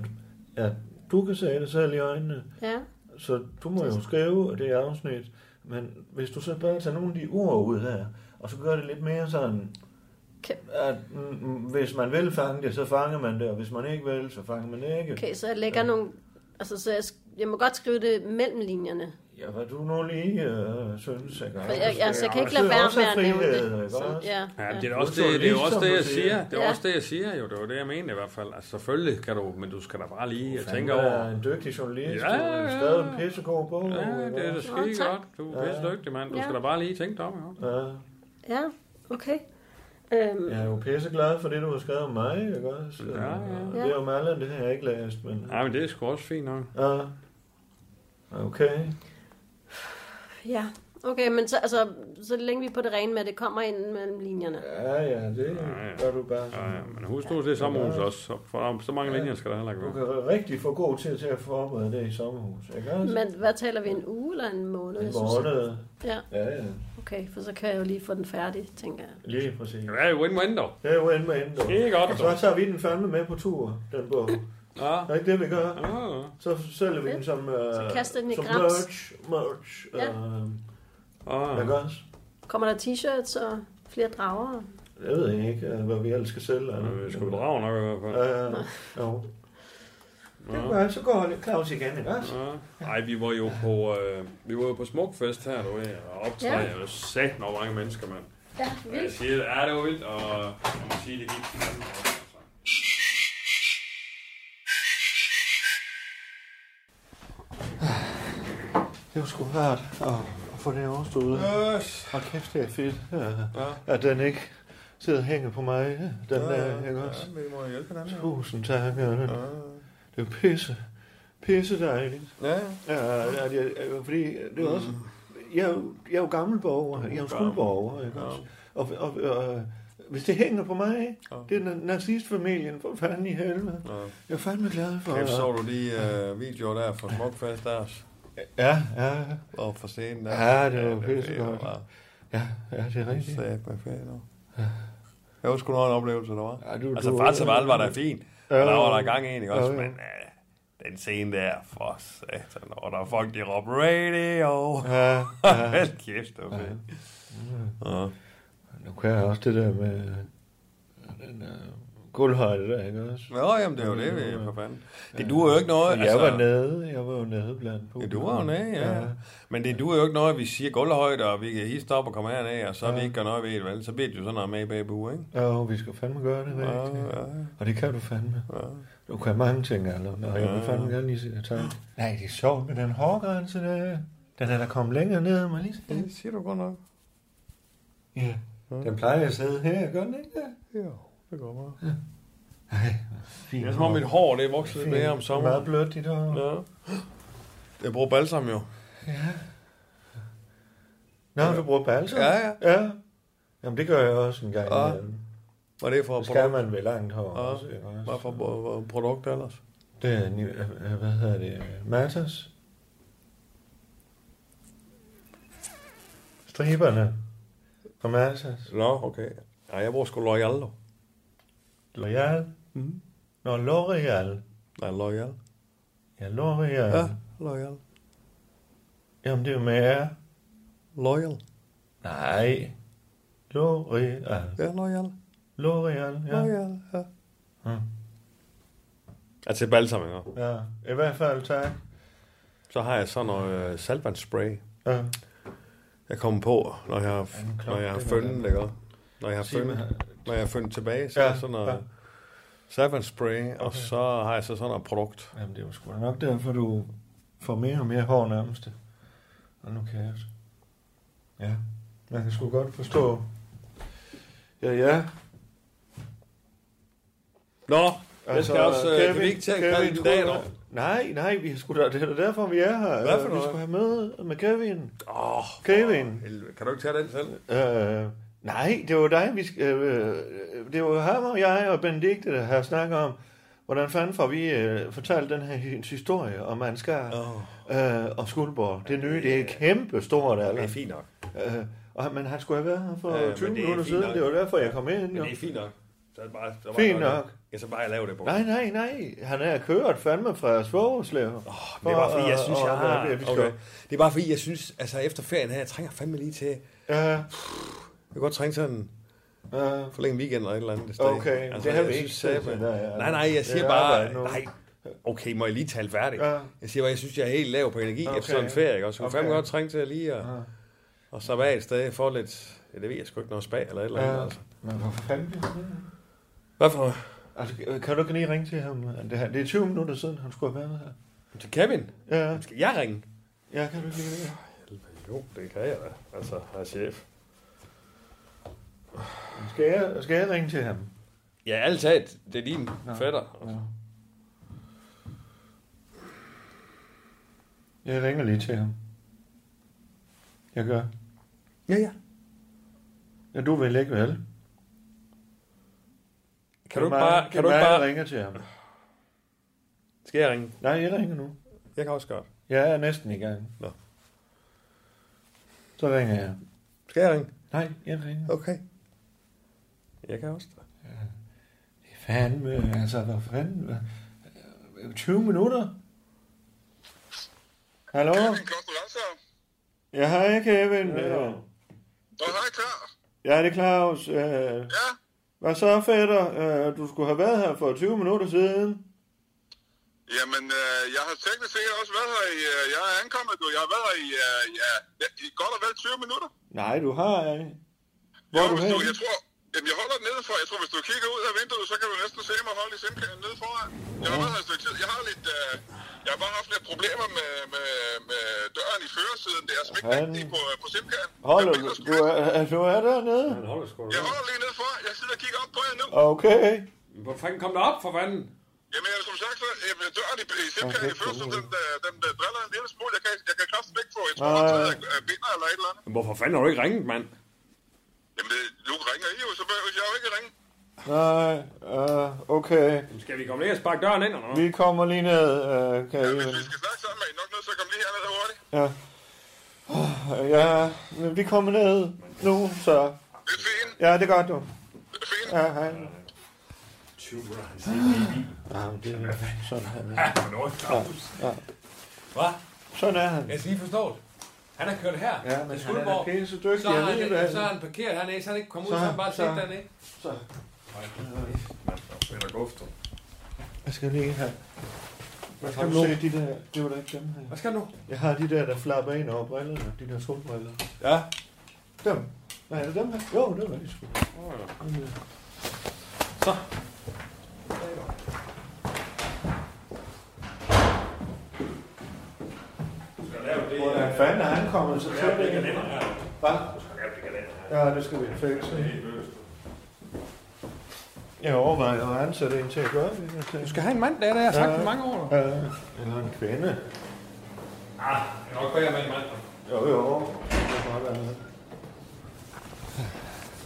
at du kan se det selv i øjnene. Ja. Så du må jo skrive det afsnit, men hvis du så bare tager nogle af de ord ud her, og så gør det lidt mere sådan, Okay. at mm, mm, hvis man vil fange det, så fanger man det, og hvis man ikke vil, så fanger man det ikke. Okay, så jeg lægger nogle... Altså, så jeg, sk- jeg må godt skrive det mellem linjerne. Ja, hvad du nu lige øh, synes, ikke? For jeg- altså, jeg kan ikke lade være med at nævne øh, det. Så- ja. Ja, Ja. men det er også det, det, er jo også det jeg siger. Det er Ja. også det, jeg siger jo. Det var det, jeg mente i hvert fald. Altså, selvfølgelig kan du, men du skal da bare lige Jeg tænke tænker over... over. er en dygtig journalist, Ja, ja, ja, ja. du ja. har skrevet en pissegod bog. Ja, det er da Nå, skide tak. godt. Du er pisse dygtig, mand. Du Ja. skal da bare lige tænke dig om. jo. Ja. Ja, okay. Øhm, Jeg er jo pisseglad for det, du har skrevet om mig, ikke også? Ja, ja. Det er jo meget det har jeg ikke læst, men... Nej, men det er sgu også fint nok. Ja. Okay. Ja, okay, men så, altså, så længe vi er på det rene med, at det kommer ind mellem linjerne. Ja, ja, det gør du bare. Ja, ja, men husk nu, det er sommerhus også. Så, for der er så mange linjer skal der heller ikke Du være. kan være rigtig få god til, til at forberede det i sommerhus, ikke også? Men hvad taler vi, en uge eller en måned? En Mm, Jeg synes, at- måned. Ja, Ja, ja. okay, for så kan jeg jo lige få den færdig, tænker jeg. Lige præcis. Ja, det er win-win dog. Det er jo end med end, dog. Skide godt, Så dog. tager vi den fandme med på tur, den bog. Ja. Er det ikke det, vi gør? Ja. Så sælger vi den som, øh, Så kaster den i som grams. merch. merch Ja. Ah. Øh, ikke også? Kommer der t-shirts og flere drager? Jeg ved ikke, øh, hvad vi ellers skal sælge. Ja, vi skal jo drage nok i hvert fald. Øh, jo. Det var, så går det Claus igen, ikke også? Ja. Ej, vi var jo på, øh, vi var jo på Smukfest her, du ved, og optræde, Ja. ja. og sat nok mange mennesker, mand. Ja, Og jeg siger, ja, det var vildt, og jeg må sige, det gik fandme godt, altså. Det var sgu rart at, at få det overstået. Yes. Og kæft, det er fedt, ja. Ja. at den ikke sidder og hænger på mig. ja, Den Ja, ja, ja, der, ikke ja, også? men I må hjælpe hinanden, jo. Tusind tak. Ja. Ja. Det er pisse, pisse dejligt. Ja, Mm. ja. at jeg, øh, fordi det er også, jeg, er jo- jeg er jo gammel borger, jeg er jo skoleborger, ikke også? Og, og, og, øh, hvis det hænger på mig, det er na- nazistfamilien, for fanden i helvede. Ja. Jeg er fandme glad for Kæft, så du de øh, videoer der fra Smukfest der. Ja, ja. Og fra scenen der. Ja, det var det pissegodt. var- Ja, ja, det er rigtigt. Sat med fanden. Jeg husker, du havde en oplevelse, der var. Ja, du- altså, du- Fatsa Val var der fin. Og Ja. der var der gang en, ikke også? Ja, ja. Men øh, den scene der, for satan, og der er folk, de råber radio. Ja, ja. <laughs> Hold kæft, det var fedt. Ja. Nu kan jeg også det der med øh, den øh, guldhøjde der, ikke også? Nå, jamen, det er jo det, vi- for fanden. Det duer jo ikke noget, Jeg altså. var nede, jeg var jo nede blandt Ja, du var jo nede, ja. ja. Men det duer jo ikke noget, at vi siger gulvhøjde, og vi kan hisse op og komme herned, og så ja. vi ikke gør noget ved det, vel? Så bliver det jo sådan noget med i bagbu, ikke? Ja, jo, vi skal fandme gøre det rigtigt. Ja, ja. Og det kan du fandme. Ja. Du kan mange ting, Allan, og jeg vil Ja. fandme gerne lige sige dig tak. Nej, det er sjovt med den hårde grænse der. Den er der kommet længere ned, end man lige skal. Det siger du godt nok. Ja. Den plejer at sidde her, gør den ikke det? Jo, det går meget. Fint Det er som om mit hår, det er vokset lidt Fint. mere om sommeren. Meget blødt, dit hår. Ja. Jeg bruger balsam jo. Nå, du bruger balser? Ja, ja. ja. Jamen, det gør jeg også en gang. Ja. Ja. Var det for Det skal man ved langt hår Ja. også, ikke også? Var for for produkt ellers? Det er, ni- øh, øh, hvad hedder det, Matas? Striberne fra Matas. Nå, okay. Ja, jeg bruger sgu Loyal, dog. Loyal? Mm-hmm. Mhm. Nå, L'Oreal. Nej, Loyal. Ja, L'Oreal. Ja, Ja. Loyal. Jamen, det er jo med R. Loyal. Nej. L'Oreal. Ja, Loyal. L'Oreal, ja. Loyal, ja. Mm. Ja, til balsam, ikke? ja. I hvert fald, tak. Så har jeg sådan noget øh, saltvandsspray. Ja. Jeg kommer på, når jeg har, klok, når jeg har den er fønnen, den. ikke? også? Når jeg har Sig mig. fønnen, når jeg har fønnen tilbage, så Ja, ja, er sådan noget ja. ja. saltvandsspray, okay. og så har jeg så sådan noget produkt. Jamen, det var sgu da nok derfor, du får mere og mere hår nærmest. Og nu kan jeg Ja, man kan sgu godt forstå. Ja, ja. Nå, jeg Altså, skal også, øh, kan vi ikke tage at kalde den dag, dog? Nej, nej, vi har sgu da, det er da derfor, vi er her. Hvad for Vi noget? skulle have møde med Kevin. Åh, oh, Kevin. kan du ikke tage den selv? Øh, nej, det var dig, vi skal, øh, øh, det var ham og jeg og Benedikte, der har snakket om, hvordan fanden får vi øh, fortalt den her his- historie om Ansgar oh. øh, og Skuldborg. Det nye, det er kæmpe stort. Det er Altså. fint nok. Øh, og, men han skulle have været her for Ja, men øh, 20 det er minutter fint siden. nok. Det var derfor, jeg kom ind. Men Jo. det er fint nok. Så er det bare, så er det Fint bare- nok. Jeg så bare lave det på. Nej, nej, nej. Han er kørt fandme fra Svogerslev. Oh, Det er bare fordi, jeg synes, jeg har... Det, vi skal. Okay. Det er bare fordi, jeg synes, altså efter ferien her, jeg trænger fandme lige til... Ja, Jeg kan godt trænge sådan ja. forlænge weekend eller et eller andet et sted. Okay, altså, det har jeg vi synes ikke satme- tid til, der er- Nej, nej, jeg Det siger er bare... arbejde nu. Nej, okay, må jeg lige tale færdigt? Ja. Jeg siger bare, jeg synes, jeg er helt lav på energi okay. Okay. efter sådan en ferie, ikke? Og så kunne Okay. okay. fandme godt trænge til at lige at, ja. og slappe af et sted for lidt... Ja, det ved jeg sgu ikke, noget spa eller et eller andet. Ja. Altså. Men hvorfor fanden bliver han her? Hvad for noget? Altså, kan du ikke lige ringe til ham? Det, her, det er 20 minutter siden, han skulle have været her. Til Kevin? Ja, Skal jeg ringe? ja kan du ikke lige det? Jo, det kan jeg da. Altså, jeg er chef. Skal jeg, skal jeg ringe til ham? Ja, alt talt. Det er din fætter. Ja. Jeg ringer lige til ham. Jeg gør. Ja, ja. Ja, du vil ikke, vel? Kan Kan du ikke bare... Kan du ikke bare... ringer til ham? Skal jeg ringe? Nej, jeg ringer nu. Jeg kan også godt. Jeg er næsten i gang. Nå. Så ringer jeg. Skal jeg ringe? Nej, jeg ringer. Okay. Jeg kan også. Det er fandme, altså, hvad fanden? Hvad? øh, 20 minutter? Hallo? Kloster Landshavn. Ja, hej Kevin. Ja, Nå, hej, klar. ja det er Claus. Øh, ja. Hvad så, fætter? Øh, du skulle have været her for 20 minutter siden. Jamen, øh, jeg har teknisk set også været her i... Øh, jeg er ankommet, du. Jeg har været her i, øh, ja, i godt og vel 20 minutter. Nej, du har ikke. Hvor Jo, er du hvis du, jeg hen? tror, jamen, jeg holder den nede for. Jeg tror, hvis du kigger ud af vinduet, så kan du næsten se mig holde i simkanen nede foran. Jeg har været her et stykke tid. Jeg har lidt, øh, Jeg har bare haft lidt problemer med, med, med døren i førersiden. Det er smidt Han- rigtigt på, på simkaden. Hold da, du er, du er dernede? Han holder sgu Jeg holder lige ned for. Jeg sidder og kigger op på jer nu. Okay. Hvor fanden kom der op for fanden? Jamen, som sagt, så øh, døren i, i simkaden i førersiden, den, øh, den, øh, driller en lille smule. Jeg kan, jeg kan kraften væk på. Jeg tror, Nej. at jeg øh, binder eller et eller andet. Hvorfor fanden har du ikke ringet, mand? Jamen, det, nu ringer I jo, så behøver jeg jo ikke ringe. Nej, øh, okay. Skal vi komme ned og sparke døren ind, eller noget? Vi kommer lige ned, øh, kan I... Ja. Åh, Ja, men vi kommer ned nu, så... Det er fint. Ja, det gør du. Det er fint. Ja, hej. Ja, men det er sådan han. er. Ja, fornøj, Claus. Ja, Hvad? Sådan er han. Jeg skal lige forstå det. Han har kørt her. Ja, men til han er da Skuldborg. pisse dygtig, Så har jeg han, ved det, han- så har han parkeret hernede, så han ikke kom ud, så, Så- har han bare så- sidder dernede. Så. Peter Gufter. Jeg skal lige have... Hvad skal skal du du nu? se, de der... Det var da ikke dem her. Hvad skal du? Jeg har de der, der flapper ind over brillerne. De der solbriller. Ja. Dem. Nej, er det dem her? Jo, det var de sgu. Så. Hvordan fanden er han kommet så tæt ind? Hvad? Ja, det skal vi fikse. Jeg overvejer at ansætte en til at gøre det. Du skal have en mand, det er det, jeg har sagt i mange år. Ja, eller en kvinde. Ah, det er nok bedre med en mand. Jo, jo. Det er godt, at-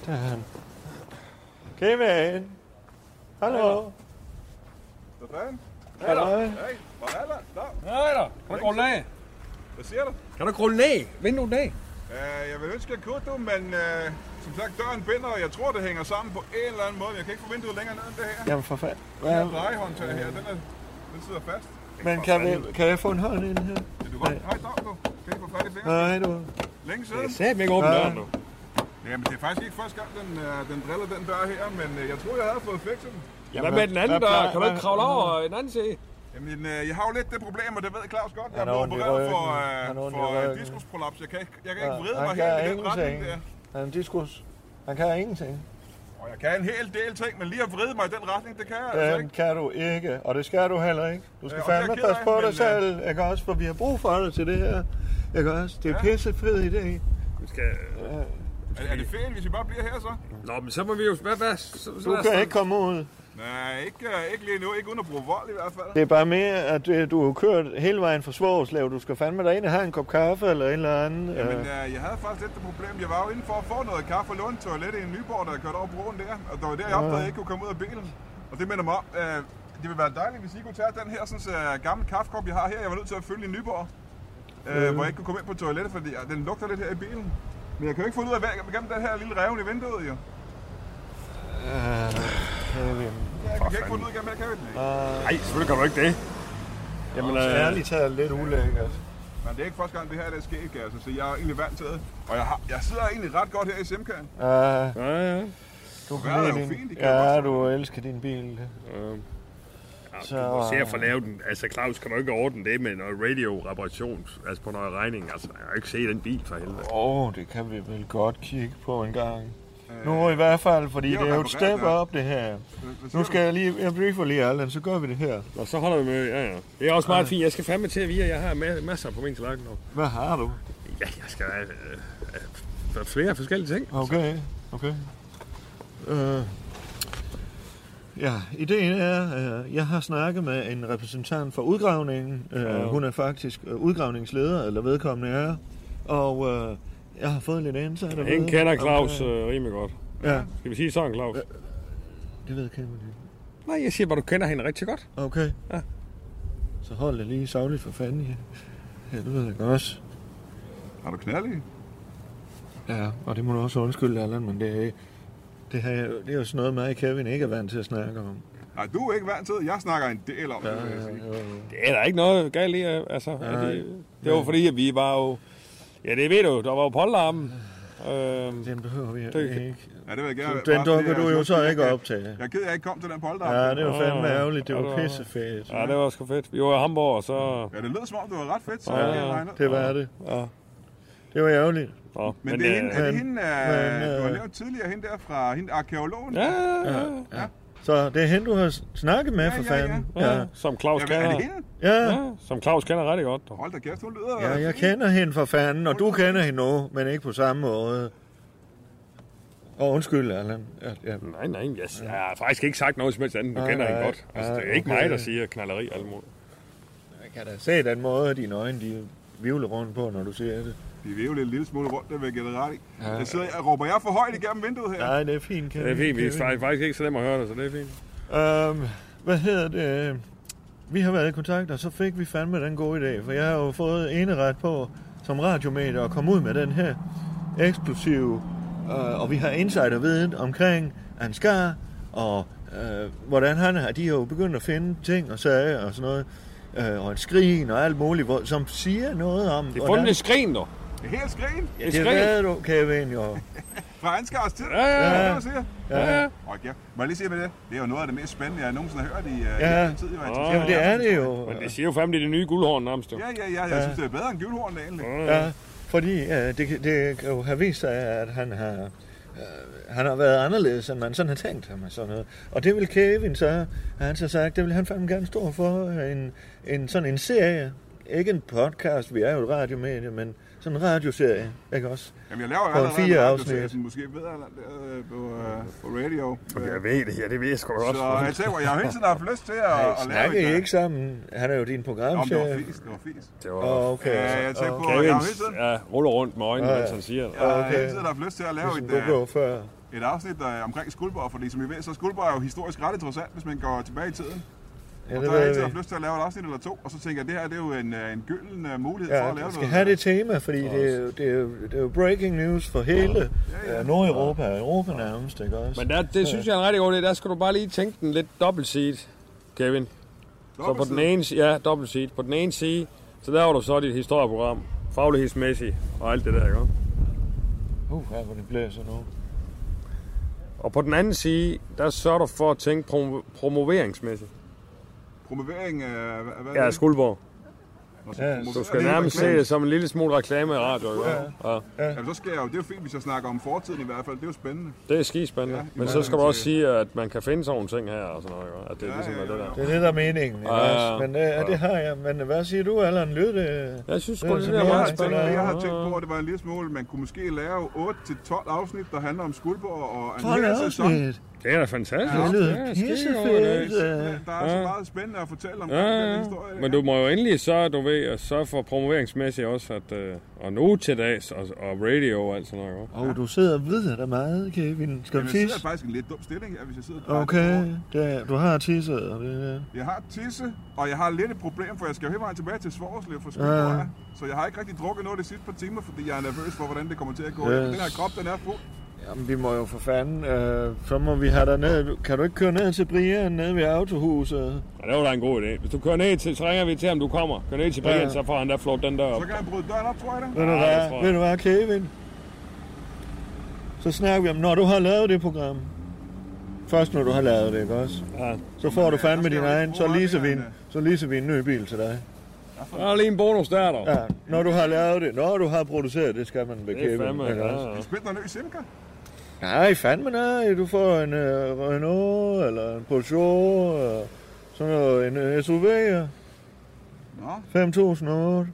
Der er han. Kevin! Hallo! Sådan. Hej da. Hej, hvor er der? Nå. Nej da, kan du ikke rulle ned? Hvad siger du? Kan du ikke rulle ned? Vinduet ned? Øh, jeg vil ønske, at jeg kunne, du, men øh, som sagt, døren binder, og jeg tror, det hænger sammen på en eller anden måde. Jeg kan ikke få vinduet længere ned end det her. Jamen for fanden. Den her drejehåndtag her, den, er, den sidder fast. Men kan, vi, kan jeg få en hånd ind her? Vil du godt? Høj dog, du. Kan I få fat i fingeren? Nej, du. Længe siden. Nej. Jamen, det er faktisk ikke første gang, den, øh, den driller den dør her, men øh, jeg tror, jeg havde fået fikset den. Ja, hvad med den anden Hvad- dør? hvad- Kan du ikke hvad- kravle over en anden side? Jamen, øh, jeg har jo lidt det problem, og det ved Claus godt. Jeg Han er har blevet ondt i opereret for, ryggen. øh, Han har ondt i for øh, ryggen. diskusprolaps. Jeg kan ikke, jeg kan ikke Ja, vride mig han helt i kan den retning ingenting. der. Han er en diskus. Han kan ingenting. Og jeg kan en hel del ting, men lige at vride mig i den retning, det kan jeg altså Den ikke. kan du ikke, og det skal du heller ikke. Ja, Du skal og det er fandme jeg ked passe af, på men, øh, dig selv, ikke også? For vi har brug for dig til det her, ikke også? Det er pisse fed idé. Vi skal... Er, er det fedt, hvis I bare bliver her så? Nå, men så må vi jo... Hvad, hvad, så, så Du kan ikke komme ud. Nej, ikke, øh, ikke lige nu. Ikke uden at bruge vold i hvert fald. Det er bare mere, at øh, du har kørt hele vejen fra Svogerslev. Du skal fandme derind og have en kop kaffe eller en eller anden. Jamen, øh. øh, jeg havde faktisk lidt det problem. Jeg var jo inde for at få noget kaffe og låne toilet i en Nyborg, der kørte over broen der. Og det var der, jeg opdagede, at jeg ikke kunne komme ud af bilen. Og det minder mig om, øh, det ville være dejligt, hvis I kunne tage den her sådan, uh, gamle kaffekop, jeg har her. Jeg var nødt til at følge i Nyborg, øh, Øh. hvor jeg ikke kunne komme ind på toilettet, fordi øh, den lugter lidt her i bilen. Men jeg kan jo ikke få ud af væk gennem den her lille revne i vinduet, jo. Øh, Kevin. Jeg kan ikke få den ud igennem, jeg kan jo ikke. Nej, selvfølgelig kan du ikke det. Jamen, øh, Ah. Ærligt talt lidt ulækkert. Men det er ikke første gang, det her der er sket, kan jeg så sige. Jeg er egentlig vant til det. Og jeg, har, jeg sidder egentlig ret godt her i Simkan. Uh, Ja, ja. du Ja, det er kan jo lide fint, din, det kan jeg ja, du elsker din bil. Så... Du må se at få lavet den. Altså, Claus, kan du ikke ordne det med noget radio-reparation? Altså, på noget regning? Altså, jeg har ikke set den bil for helvede. Åh, oh, det kan vi vel godt kigge på en gang. Nu i hvert fald, fordi vi har det er jo et repareret step der. op, det her. siger Nu skal jeg lige, jeg briefer lige Allan, så gør vi det her. Og så holder vi med, ja, ja. Det er også meget fint. Jeg skal fandme til at vide, at jeg har ma- masser på min tallerken nu. Hvad har du? Ja, jeg skal have øh, øh, flere forskellige ting. Okay, okay. Øh, ja, ideen er, øh, jeg har snakket med en repræsentant for udgravningen. Øh, Ja. hun er faktisk øh, udgravningsleder, eller vedkommende er. Og øh, jeg har fået lidt indsigt. Hende kender Claus øh, rimelig godt. Ja. Skal vi sige sådan, Claus? Det ved Kevin ikke. Nej, jeg siger bare, du kender hende rigtig godt. Okay. Ja. Så hold det lige savligt for fanden. Ja. Helvede, ikke også? Har du knald i? Ja, og det må du også undskylde, Allan, men det er, det, her, det er jo sådan noget, mig og Kevin ikke er vant til at snakke om. Nej, du er ikke vant til det. Jeg snakker en del om det, vil jeg sige. Det er der ikke noget galt i. øh, Altså, er det, det var fordi, at vi var jo... Ja, det ved du, der var jo polterarmen. Øhm, Øh, den behøver vi ikke. Ja, det vil jeg Så gerne. den Bare dukker sige, du jeg jo så synes, ikke jeg- op til. Jeg er ked af, at jeg ikke kom til den polter. Ja, det var fandme ærgerligt. Det Ja, var pissefedt. Ja, det var sgu fedt. Vi var i Hamburg, og så... Ja, det lød som om, det var ret fedt. Så Ja, jeg kan regne ud. Det var det. Ja. Det var ærgerligt. Nå, øh, Men, det er hende, er det Men- hende øh, men, øh, du har øh, nævnt tidligere, hende der fra hende arkeologen? Ja, ja, ja. ja. Så det er hende, du har s- snakket med, for fanden. Ja, som Claus Jamen, kender. er det hende? Ja. som Claus kender rigtig godt. Hold da kæft, hun lyder... Ja, jeg kender hende for fanden, og du kender hende nu, men ikke på samme måde. Og undskyld, Allan. Ja, ja. Nej, nej, jeg, jeg har faktisk ikke sagt noget som helst andet. Du Nej, kender hende nej. godt. Altså, Nej, det er ikke okay. mig, der siger knalleri og alt muligt. Jeg kan da se den måde, at dine øjne de vivler rundt på, når du siger det. De vævler en lille smule rundt, der vil jeg gætte ret i. Ja. Jeg sidder, jeg råber jeg for højt igennem vinduet her? Nej, det er fint, Det er fint. Vi er faktisk ikke så nemt at høre dig, så det er fint. Øhm, hvad hedder det? Vi har været i kontakt, og så fik vi fandme den gode idé, for jeg har jo fået eneret på som radiometer at komme ud med den her eksklusive, øh, og vi har insiderviden omkring Ansgar, og øh, hvordan han har, de er jo begyndt at finde ting og sager og sådan noget, øh, og et skrin og alt muligt, hvor, som siger noget om... Det er fundet et skrin, dog. Det er helt skrin. Ja, det ved du, Kevin, jo. Fra Ansgars tid. Ja, ja, ja. Det er det, du siger. Ja, ja. Okay. Må jeg lige sige med det? Det er jo noget af det mest spændende, jeg nogensinde har hørt i uh, Ja. den tid, jeg var Åh, interesseret. ja. jo. Men det siger jo fandme, det er det nye guldhorn nærmest. jo. Ja, ja, ja. Jeg synes, det er bedre end gyldhornene egentlig. Ja, fordi øh, det, kan- det kan jo have vist sig, at han har, øh, han har været anderledes, end man sådan har tænkt ham og sådan noget. Og det vil Kevin så, har han så sagt, det vil han fandme gerne stå for, en, en sådan en serie. Ikke en podcast, vi er jo et radiomedie, men sådan en radioserie, ikke også? Jamen, jeg laver jo På en allerede fire en afsnit. radioserie, Måske ved jeg øh, på, øh, på radio. Jeg ved det her, det ved jeg sgu godt. Så jeg tænker, jeg har hele tiden haft lyst til at, Nej, at lave snakker I et- øh, ikke sammen? Han er jo din Om det var programchef. fisk, det var fisk. Det var... Åh, okay. Ja, jeg tænker på, Kevin jeg har hele tiden, ja, ruller rundt med øjnene, Ja, ja. mens han siger det. jeg har Okay. hele tiden haft lyst til at lave Ligesom et, du øh, gjorde før. et afsnit øh, omkring Skuldborg, fordi som I ved, så er Skuldborg jo historisk ret interessant, hvis man går tilbage i tiden. Ja, og der det har jeg ved altid vi. haft lyst til at lave et afsnit eller to, og så tænker jeg, det her det er jo en, øh, en gylden øh, mulighed for Ja, at lave vi skal noget. have det tema, fordi det er, jo, det, er jo, det er jo breaking news for hele ja, ja. Nordeuropa og Europa nærmest, ikke også? Men der, det synes jeg er en rigtig god idé. Der skal du bare lige tænke den lidt dobbelt seed, Kevin. Så på den Dobbeltside? ene side, ja, dobbelt seed. På den ene side, så laver du så dit historieprogram. Faglighedsmæssigt og alt det der, ikke? Uh, her hvor det blæser nu. Og på den anden side, der sørger du for at tænke prom- promoveringsmæssigt. Promovering af... Hvad, hvad er Ja, det? Skuldborg. Og Ja, promovering- Du skal Det er nærmest se reklame. det som en lille smule reklame i radio, ikke? Ja. Jamen, så skal jeg jo, det er jo fint, hvis jeg snakker om fortiden i hvert fald. Det er jo spændende. Det er skispændende. Ja, Ja, i men så forhold skal du også til- sige, at man kan finde sådan nogle ting her og sådan noget, ikke? At det Ja, ligesom ja, er det ja, der. Det er det, der er meningen. ikke Ja, ja, også? ja. Men øh, det har jeg. Men hvad siger du, Allan? Lød det? Jeg synes sgu, lyder det som lyder noget, meget der er- spændende. Det, jeg har tænkt på, at det var en lille smule, man kunne måske lave 8-12 afsnit, der handler om Skuldborg og en Hold hel sæson. afsnit. Det er da fantastisk. Det lyder er pissefedt. skidegod idé. øh. Der er så Ja. meget spændende at fortælle om Ja, den ja, historie. ja. Men du må jo endelig så, du ved, at sørge for promoveringsmæssigt også, at, øh, og nu til dags, og, og radio og alt sådan noget. ikke? Åh, oh, du sidder og videre der meget, Kevin. Skal Jamen, du jeg sidder tisse? faktisk i en lidt dum stilling her, hvis jeg sidder og drejer Okay, det over. det, du har tisset. Og det, Jeg har tisse, og jeg har lidt et problem, for jeg skal jo hele vejen tilbage til Svorslev for Skuldborg. Ja. Ja. Så jeg har ikke rigtig drukket noget de sidste par timer, fordi jeg er nervøs for, hvordan det kommer til at gå. Yes. Den her krop, den er fuld. Jamen, vi må jo for fanden. Øh, så må vi have dig ned. Kan du ikke køre ned til Brian, nede ved autohuset? Ja, det var da en god idé. Hvis du kører ned til, så ringer vi til ham, du kommer. Kør ned til Brian, Ja. så får han der flot den der op. Så kan han bryde døren op, tror jeg da. Ved du Nej, det tror hvad, jeg ved du hvad Kevin? Så snakker vi om, når du har lavet det program. Først når du har lavet det, ikke også? Ja. Så får du fandme din egen, så leaser vi en, Ja. så leaser vi en ny bil til dig. Der er lige en bonus der, dog. Ja, når du har lavet det, når du har produceret det, skal man ved Det er Kevin. fandme, ikke ja. også? ja. Spil noget ny simka. Nej, fandme nej. Du får en øh, Renault, eller en Peugeot, eller sådan noget, en øh, SUV, ja. Nå, 5008.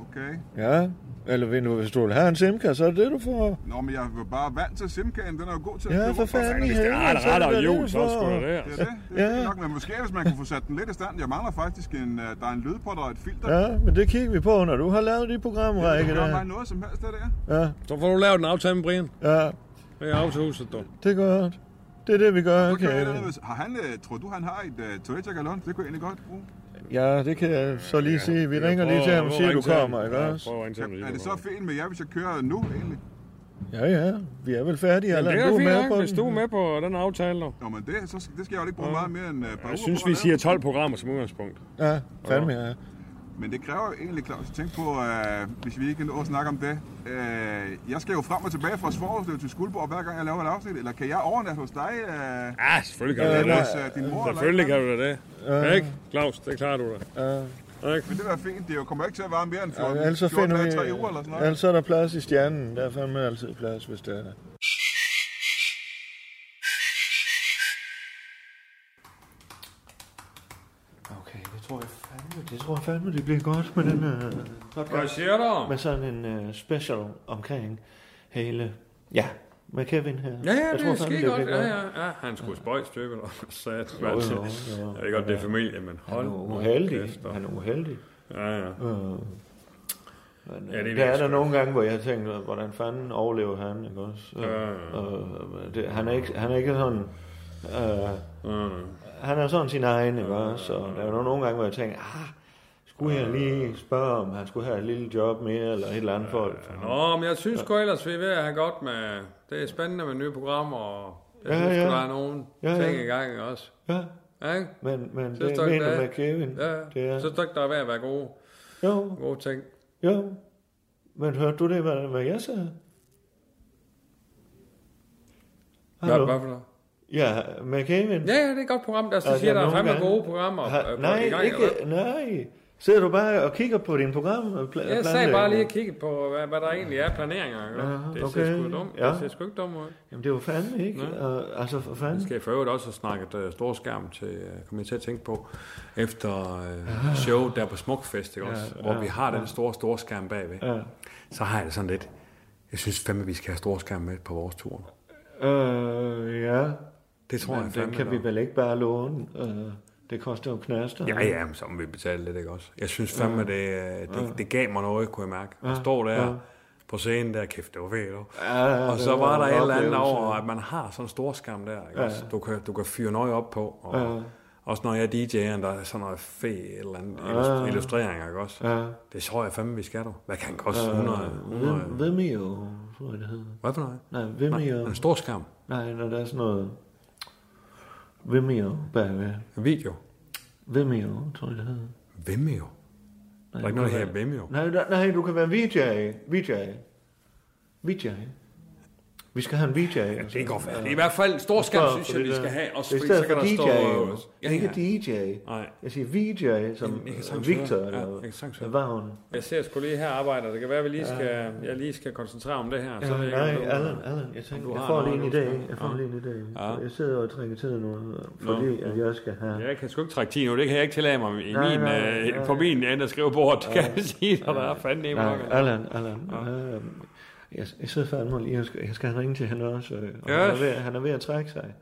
okay. Ja, eller vil du- hvis du vil have en Simca, så er det det, du får. Nå, men jeg var bare vant til simkaen. Den er jo god til at Ja, køre for rundt. fanden i Hvis det helvede, er et så er det ret da og det, du jul, så får. skulle det der. Det er det. Det er Ja. ja. nok, men måske hvis man kunne få sat den lidt i stand. Jeg mangler faktisk en, øh, der er en lydpotter og et filter. Ja, men det kigger vi på, når du har lavet de det programrække kan gøre mig der. noget som helst, det der. Ja, Så får du lavet en aftale med Brian. ja, Det er autohuset, dog. det er godt. Det er det, vi gør, Okay. okay. Har han, øh, tror du, han har et uh, Toyota Galon? Det kunne jeg egentlig godt bruge. Ja, det kan jeg så lige sige. Vi ringer Jeg lige til prøver- ham og prøver siger, at du ringe til ham. kommer, ikke Ja, også? prøver at ringe til ham, Ja, når er de det så kommer. fint med jer, hvis jeg kører nu egentlig? Ja, ja, vi er vel færdige, Jamen, Allan. det er Du da med fint på nok, hvis den. du er med på den aftale, dog. Nå, men det, så, det skal jeg jo ikke bruge meget mere end uh, par uger Jeg synes, på vi at lave. siger 12 programmer som udgangspunkt. Ja, fandme ja. Men det kræver jo egentlig, Claus, at tænke på, uh, hvis vi ikke når at snakke om det. Uh, jeg skal jo frem og tilbage fra Svorslev til Skuldborg, hver gang jeg laver et afsnit. Eller kan jeg overnatte hos dig? Uh, Ja, selvfølgelig kan Ja, du da nej. det. hos, øh, din mor, Selvfølgelig eller kan du da det. Ja. Ikke? Claus, det klarer du da. Ja. Ikke? Men det var fint. Det er jo- kommer jo ikke til at være mere end 14, Ja, ellers så 14 finder dage, vi... 3 uger eller sådan noget. Ellers så er der plads i stjernen. Der er fandme altid plads, hvis det er. tror jeg fandme, det tror jeg fandme, det bliver godt med den her podcast. Hvad siger du? Med sådan en øh, special omkring hele... Ja, med Kevin her. Ja, ja, det er fandme, skide bliver godt. Ja, ja, ja. Han skulle spøjs stykke, og så er det godt. jo, jo. Jeg ved godt, det er familie, men hold Han er nu uheldig. kæft, og- Han er uheldig. Ja, ja. Øh. Men, ja, Ja, det er det virkelig der er der svært. nogle gange, hvor jeg har tænkt, hvordan fanden overlever han, ikke også? Øh, Ja, ja. øh, det, han, er ikke, han er ikke sådan... Øh, Han er sådan sin egen, ikke også? Og der er jo nogle gange, hvor jeg tænker, ah, skulle jeg lige spørge, om han skulle have et lille job mere, eller et eller andet folk? Nå, men jeg synes sgu ellers, vi er ved at have godt med... Det er spændende med nye programmer, og jeg Ja, synes ja. sgu, der er nogle Ja, ja. ting i gang også. Ja, Ja, ikke? men, men Synes det du jeg ikke, mener det er- med Kevin, Ja, det er... synes du ikke, der er ved at være gode, Jo, gode ting? jo. Men hørte du det, hvad, hvad jeg sagde? Hvad, hvad for noget? Ja, med Kevin. Ja, ja, det er et godt program. Der, Altså, siger, der er nogle fandme gange- gode programmer. Ha, øh, på- nej, i gang, eller ikke, nej. Sidder du bare og kigger på din program? og Pla- hvad? Jeg sagde bare lige at kigge på, hvad, hvad der egentlig er planeringer. ikke? Ja, Det ser sgu okay. dumt. Ja. Det ser sgu ikke dumt ud. Jamen, det var fandme ikke. Nej. Og, altså, for fanden. Jeg skal for øvrigt også have snakket uh, storskærm til, uh, kom jeg til at tænke på, efter uh, show der på Smukfest, ikke også, Ja, hvor ja, vi har den store storskærm bagved, Ja. så har jeg det sådan lidt, jeg synes fandme, vi skal have storskærm med på vores tur. Øh, ja. Det tror Men jeg den fandme. kan vi der. vel ikke bare låne. Øh, det koster jo knaster. Ja, ja, men så må vi betale lidt, ikke også? Jeg synes fandme, det, øh, det, det gav mig noget, kunne jeg mærke. At stå der på scenen der, kæft, det var fedt, dog. ja, Og det så var var der en et eller andet oplevelse. over, at man har sådan en stor skam der, ikke også? Du kan, du kan fyre noget op på, og også når jeg er DJ'eren, der er sådan noget fed eller andet illus- illustrering, ikke også? Ja. Det tror jeg fandme, vi skal, dog. Hvad kan den koste? 100? 100? Vimeo, tror jeg, det hedder. Hvad for noget? Nej, Vimeo. En stor skam. Nej, når der er sådan noget... Vimeo bagved. En video. Vimeo, tror jeg, det hedder. Vimeo. Der er ikke noget her Vimeo. Nej, nej, nej, du kan være VJ. VJ. VJ. Vi skal have en VJ. Ja, Det går færdigt. I hvert fald en stor skam, synes jeg, vi skal have. Også I fordi, så stedet kan for der DJ. stå... jo. øh, Ja, Det er ja. ikke DJ. Nej. Jeg siger VJ, som Jamen, jeg kan sagtens Victor høre. Ja, eller jeg kan sagtens høre. Vagn. Jeg ser sgu lige her arbejder. Det kan være, at vi lige skal, jeg lige skal koncentrere om det her. Så ved jeg nej, ikke, om du- Allan, Allan, jeg du tænker, jeg har får lige noget, en du idé. skal- Jeg får Ja. lige en idé. Jeg sidder og trækker tid nu, fordi at jeg skal have... Jeg kan sgu ikke trække 10 nu. Det kan jeg ikke tillade mig i Nej, min, nej, øh, nej. på min ende af skrivebordet. Det kan jeg sige, når der er fandme Nej, mange. Allan, Allan. øh, Jeg, jeg sidder fandme lige, jeg skal, jeg skal ringe til hende også. øh, Og han, Yes. er ved, han er ved at trække sig.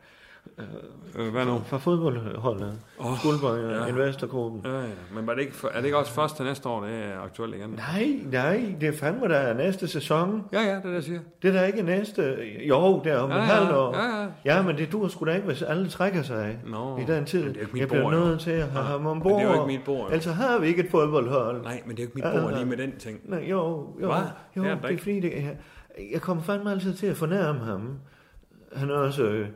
Øh, Hvad nu? Fra fodboldholdet. Oh, Skuldborg ja. ja. Investorgruppen. Ja, ja. Men var det ikke, for- er det ikke også først til næste år, det er aktuelt igen? Nej, nej, det er fandme, der er næste sæson. Ja, ja, det er det, jeg siger. Det er der ikke næste... Jo, det er om Ja, ja, et ja, halvt år. ja, ja. ja, men det dur sgu da ikke, hvis alle trækker sig Nå, i den tid. men det er jo ikke mit jeg bliver bord, jo. nødt til at have Ja, ham men ombord. det er jo ikke mit bord, jo. Altså har vi ikke et fodboldhold. Nej, men det er jo ikke mit Ja, bord ja. lige med den ting. Nej, jo, jo, Hva? jo Det er det der er, det er ikke. fordi, det er, jeg kommer fandme altid til at fornærme ham. Han er også... Øh,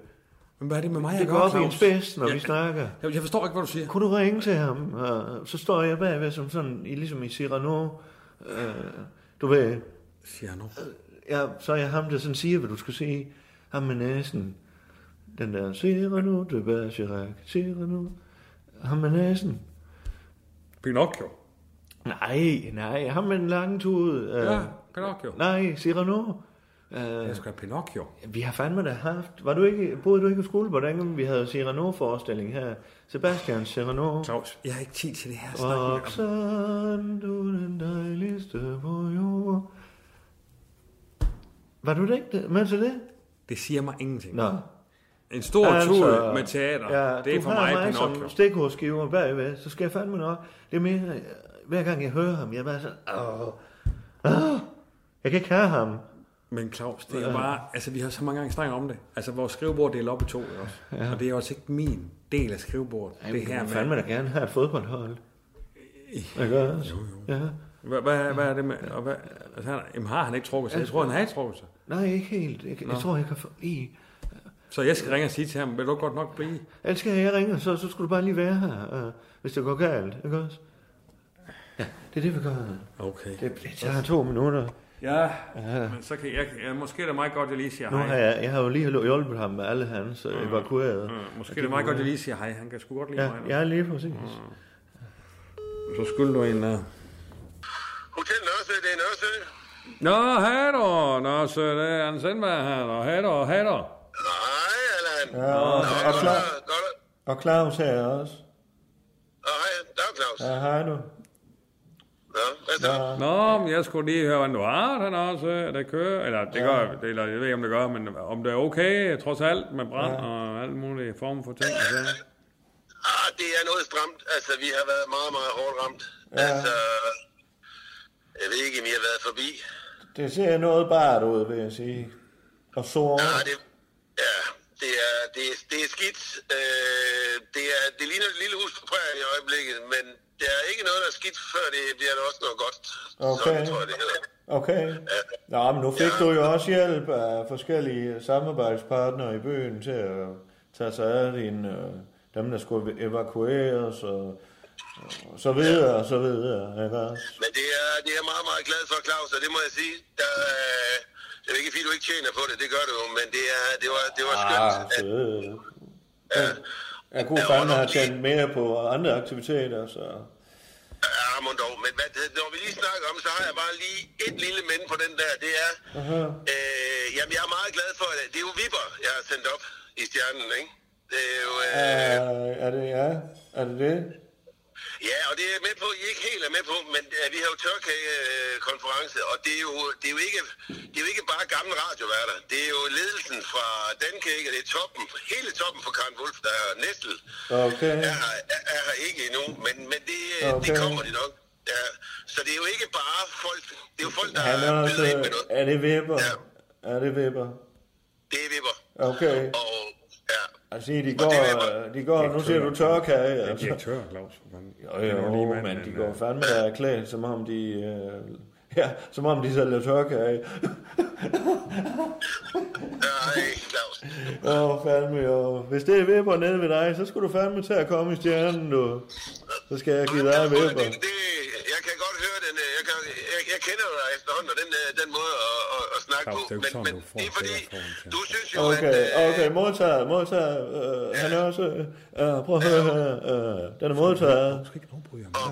Men hvad er det med mig, det jeg går gør, op i en Claus? spids, når Ja. vi snakker. Jeg jeg forstår ikke, hvad du siger. Kunne du ringe til ham? Og så står jeg bagved som sådan, i- ligesom i Cyrano. Øh, du ved, Siger jeg nu. ja, så er jeg ham, der sådan siger, hvad du skal sige. Ham med næsen. Den der Cyrano, det var Chirac, Cyrano. Ham med næsen. Pinocchio. Nej, nej, ham med den lange tud. Øh, Ja, Pinocchio. Nej, Cyrano. Øh, Jeg skal have Pinocchio. Vi har fandme da haft... Var du ikke, boede du ikke i skole, hvordan vi havde Cyrano-forestilling her? Sebastian Cyrano. Claus, jeg har ikke tid til det her snak. Roxanne, du er den dejligste på jord. Var du det ikke med til det? Det siger mig ingenting. Nå. En stor altså, tur med teater, ja, det er du for har mig, mig Pinocchio. som stikhovedskiver bagved, så skal jeg fandme nok. Det er mere, hver gang jeg hører ham, jeg er bare sådan, åh, åh, jeg kan ikke have ham. Men Claus, det er jo bare... Altså, vi har så mange gange snakket om det. Altså, vores skrivebord deler op i to, ikke også? Ja. Og det er også ikke min del af skrivebordet. Ej, det her med. med... Øh, fandme da gerne have et fodboldhold. Ikke også? Ja. Hvad, hvad, hvad er det med... Og hvad, altså, han, jamen, har han ikke trukket sig? Jeg tror, han har ikke trukket sig. Nej, ikke helt. Jeg, jeg tror, jeg kan få... I. Så jeg skal ringe og sige til ham, vil du godt nok blive? Ellers skal jeg ringe, så, så skulle du bare lige være her, øh, hvis det går galt, ikke også? Ja, det er det, vi gør. Okay. Det, det tager to minutter. Ja, men så kan jeg... Ja, måske er det meget godt, at jeg lige siger Nu har hej. jeg, jeg har jo lige hjulpet ham med alle hans øh, evakuerede. Mm, Måske er det meget godt, at jeg lige siger hej. Han kan sgu godt lide Ja, mig. jeg er lige præcis. Så skyld du en øh, der. Hotel Nørsø, det er Nørsø. Nå, hej då. Nå, så det er Anders Sandberg her. Nå, hej då, hej då. Nej, Allan. Ja, og, og, Nå, Cla- nå, nå. og Claus her også. Nej, der er Claus. Ja, hej du. Nå, men jeg skulle lige høre, hvordan du har den også. Er det kører? Eller det gør, det, eller jeg ved ikke, om det gør, men om det er okay, trods alt, med brand ja. og alle mulige former for ting. Og så. Ah, det er noget stramt. Altså, vi har været meget, meget hårdt ramt. Ja. Altså, jeg ved ikke, om I har været forbi. Det ser noget bart ud, vil jeg sige. Og sår. Ja, Ah, det, ja, det er, det er, det er skidt. Øh, det, er, det ligner et lille hus på prærien i øjeblikket, men der er ikke noget, der er skidt, før det bliver der også noget godt. Okay. Tror jeg, det hedder. Okay. Nå, men nu fik du jo også hjælp af forskellige samarbejdspartnere i byen til at tage sig af din, øh, dem, der skulle evakueres og, og så videre og så videre. Ikke også? Men det er, det er jeg meget, meget glad for, Claus, og det må jeg sige. Der, øh, det er ikke fordi, du ikke tjener på det, det gør du jo, men det, er, det var, det var skønt. Ah, søde. Jeg kunne fandme have tjent mere på andre aktiviteter, så... Ja, mon dog. Men hvad, når vi lige snakker om, så har jeg bare lige et lille men på den der. Det er, Aha. øh, jamen jeg er meget glad for det. Det er jo Viber, jeg har sendt op i stjernen, ikke? Det er jo, øh, Er, er det ja? Er det det? ja, og det er jeg med på, I ikke helt er med på, men øh, vi har jo tørkage-konference, og det er, jo, det, er jo ikke, det er jo ikke bare gamle radioværter. Det er jo ledelsen fra Dancake, og det er toppen, hele toppen for Karen Wolf, der er Nestle. Okay. Er, her- er, er her ikke endnu, men, men det, okay. det Okay. kommer de nok. Ja, så det er jo ikke bare folk, det er jo folk, der Han er, også, byder ind med noget. er det Weber? Er det Weber? Det er Vipper. Okay. Og, ja. Altså, de går, de går nu ser du tørkage. Altså. direktør, Claus. Jo, jo, lige mand, øh, men øh, de går fandme der er klædt, som om de... Øh, ja, som om de sælger tørkage. Nej, <laughs> Claus. <laughs> Åh, oh, fandme jo. Hvis det er Weber nede ved dig, så skulle du fandme til at komme i stjernen, du. Så skal jeg give dig Weber. Jeg kan godt høre den. øh, Jeg, kan, jeg, jeg kender dig efterhånden, og den, øh, den måde at, at, at snakke på. det er jo Men, sådan, men du får det er fordi, du synes jo, at... Okay, øh, okay, modtaget, modtaget. Uh, han er også... Uh, prøv at høre her. Uh, den er modtaget. Du skal ikke afbryde ham.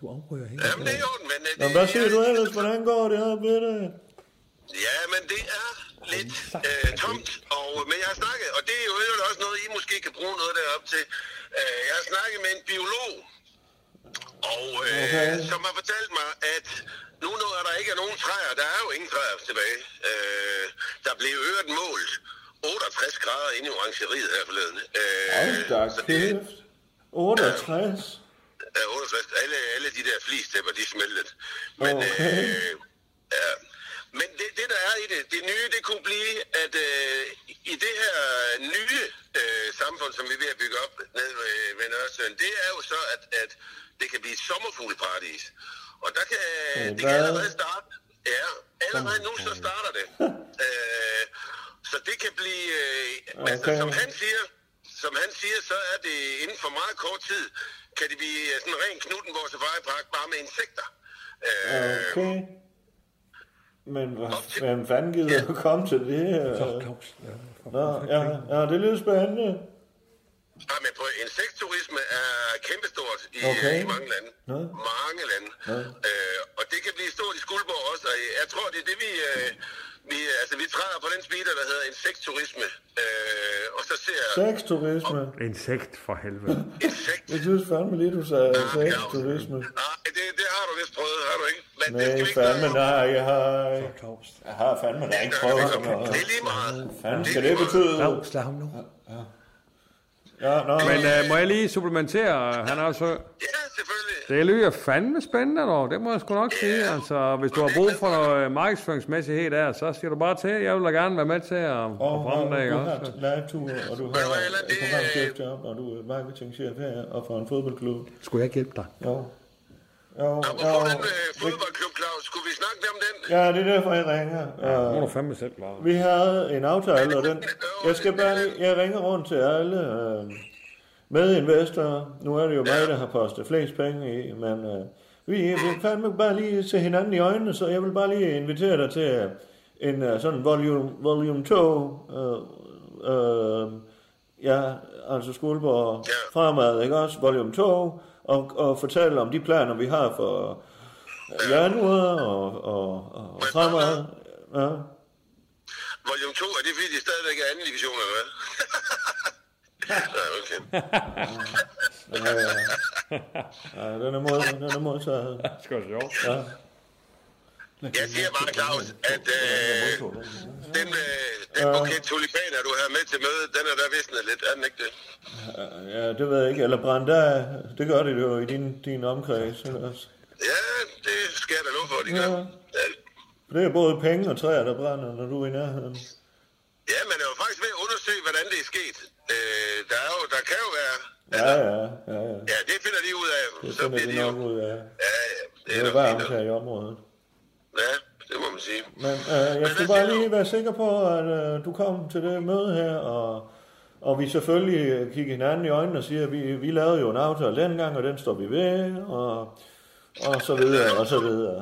Du afbryder hele Jamen, det er orden, men... øh, Nå, hvad siger du ellers? Hvordan går det her med det? Ja, men det er lidt øh, tomt, og, men jeg har snakket, og det er jo øvrigt også noget, I måske kan bruge noget derop til. Øh, jeg har snakket med en biolog, og, øh, okay. som har fortalt mig, at nu når der ikke er nogen træer, der er jo ingen træer tilbage. Øh, der blev øret målt 68 grader inde i orangeriet her forleden. Øh, Hold da kæft. 68. Ja, 68. Alle, alle de der flistæpper, de smeltede. Men, Okay. øh, ja. Men det, det, der er i det, det nye, det kunne blive, at øh, i det her nye øh, samfund, som vi er ved at bygge op nede ved, ved Nørresøen, det er jo så, at, at det kan blive et sommerfugleparadis. Og der kan, det kan hvad? allerede starte. Ja, allerede nu så starter det. øh, så det kan blive, øh, okay. altså, Okay. som han siger, som han siger, så er det inden for meget kort tid, kan det blive øh, sådan en ren Knuttenborg Safari-park bare med insekter. Øh, Okay. Men hvad- hvem fanden gider du komme til det her? Nå, ja, ja, det lyder spændende. Ja, men på insektturisme er kæmpestort i, Okay. okay. i mange lande. Nå. Mange lande. Nå. Øh, og det kan blive stort i Skuldborg også. Og jeg tror, det er det, vi... Øh, vi, altså, vi træder på den speeder, der hedder insektturisme. Øh, og så ser jeg... Sexturisme. Insekt for helvede. Jeg synes fandme lige, du sagde sexturisme. Nej, fandme nej, jeg har... Jeg har fandme da ikke prøvet sådan noget. Det er lige meget. Fanden skal det betyde? Claus, lad ham nu. Ja, nå. Men øh, må jeg lige supplementere? Han er også... Ja, selvfølgelig. Det lyder fandme spændende, dog. Det må jeg sgu nok sige. Altså, hvis du har brug for noget øh, markedsføringsmæssighed der, så siger du bare til. Jeg vil da gerne være med til at, at Og fremme det, ikke du har også? et live-tour, og du har et programchefjob, og du er marketingchef her, og for en fodboldklub. Skulle jeg ikke hjælpe dig? Jo. Jo, jo. øh, Ja, det er derfor, jeg ringer. Nu må Øh, du fandme selv klare. Vi havde en aftale, og den... Jeg skal bare lige... Jeg ringer rundt til alle øh, medinvestorer. Nu er det jo mig, der har postet flest penge i, men øh, vi, vi fandme bare lige se hinanden i øjnene, så jeg vil bare lige invitere dig til en øh, sådan volume, volume 2, øh, øh, ja, altså Skuldborg fremad, ikke også? Volume 2, og, og fortælle om de planer, vi har for øh, januar og, og, og fremad. Ja. Volume 2, er det <laughs> fordi, det stadigvæk er anden division, eller hvad? Nej, okay. Ja, <laughs> ja. den er mod, den er modtaget. Det skal være sjovt. Ja. Jeg siger bare, Claus, at øh, den, øh, den buket tulipaner, du havde med til mødet, den er der visnet lidt, er den ikke det? Ja, det ved jeg ikke. Eller brændt af. Det gør det jo i din, din omkreds. Ellers. Ja, det skal jeg da love for, de gør. Ja. For det er både penge og træer, der brænder, når du er i nærheden. Ja, man er jo faktisk ved at undersøge, hvordan det er sket. Øh, der, er jo, der kan jo være... Ja, ja, ja. ja. Ja, det finder de ud af. Det Så finder bliver vi de jo... nok ud af. det er Det er nok varmt her i området. Ja, det må man sige. Men øh, jeg skal bare lige være sikker på, at øh, du kom til det møde her, og, og vi selvfølgelig kigger hinanden i øjnene og siger, at vi, vi lavede jo en aftale dengang, og den står vi ved, og, og så videre, og så videre.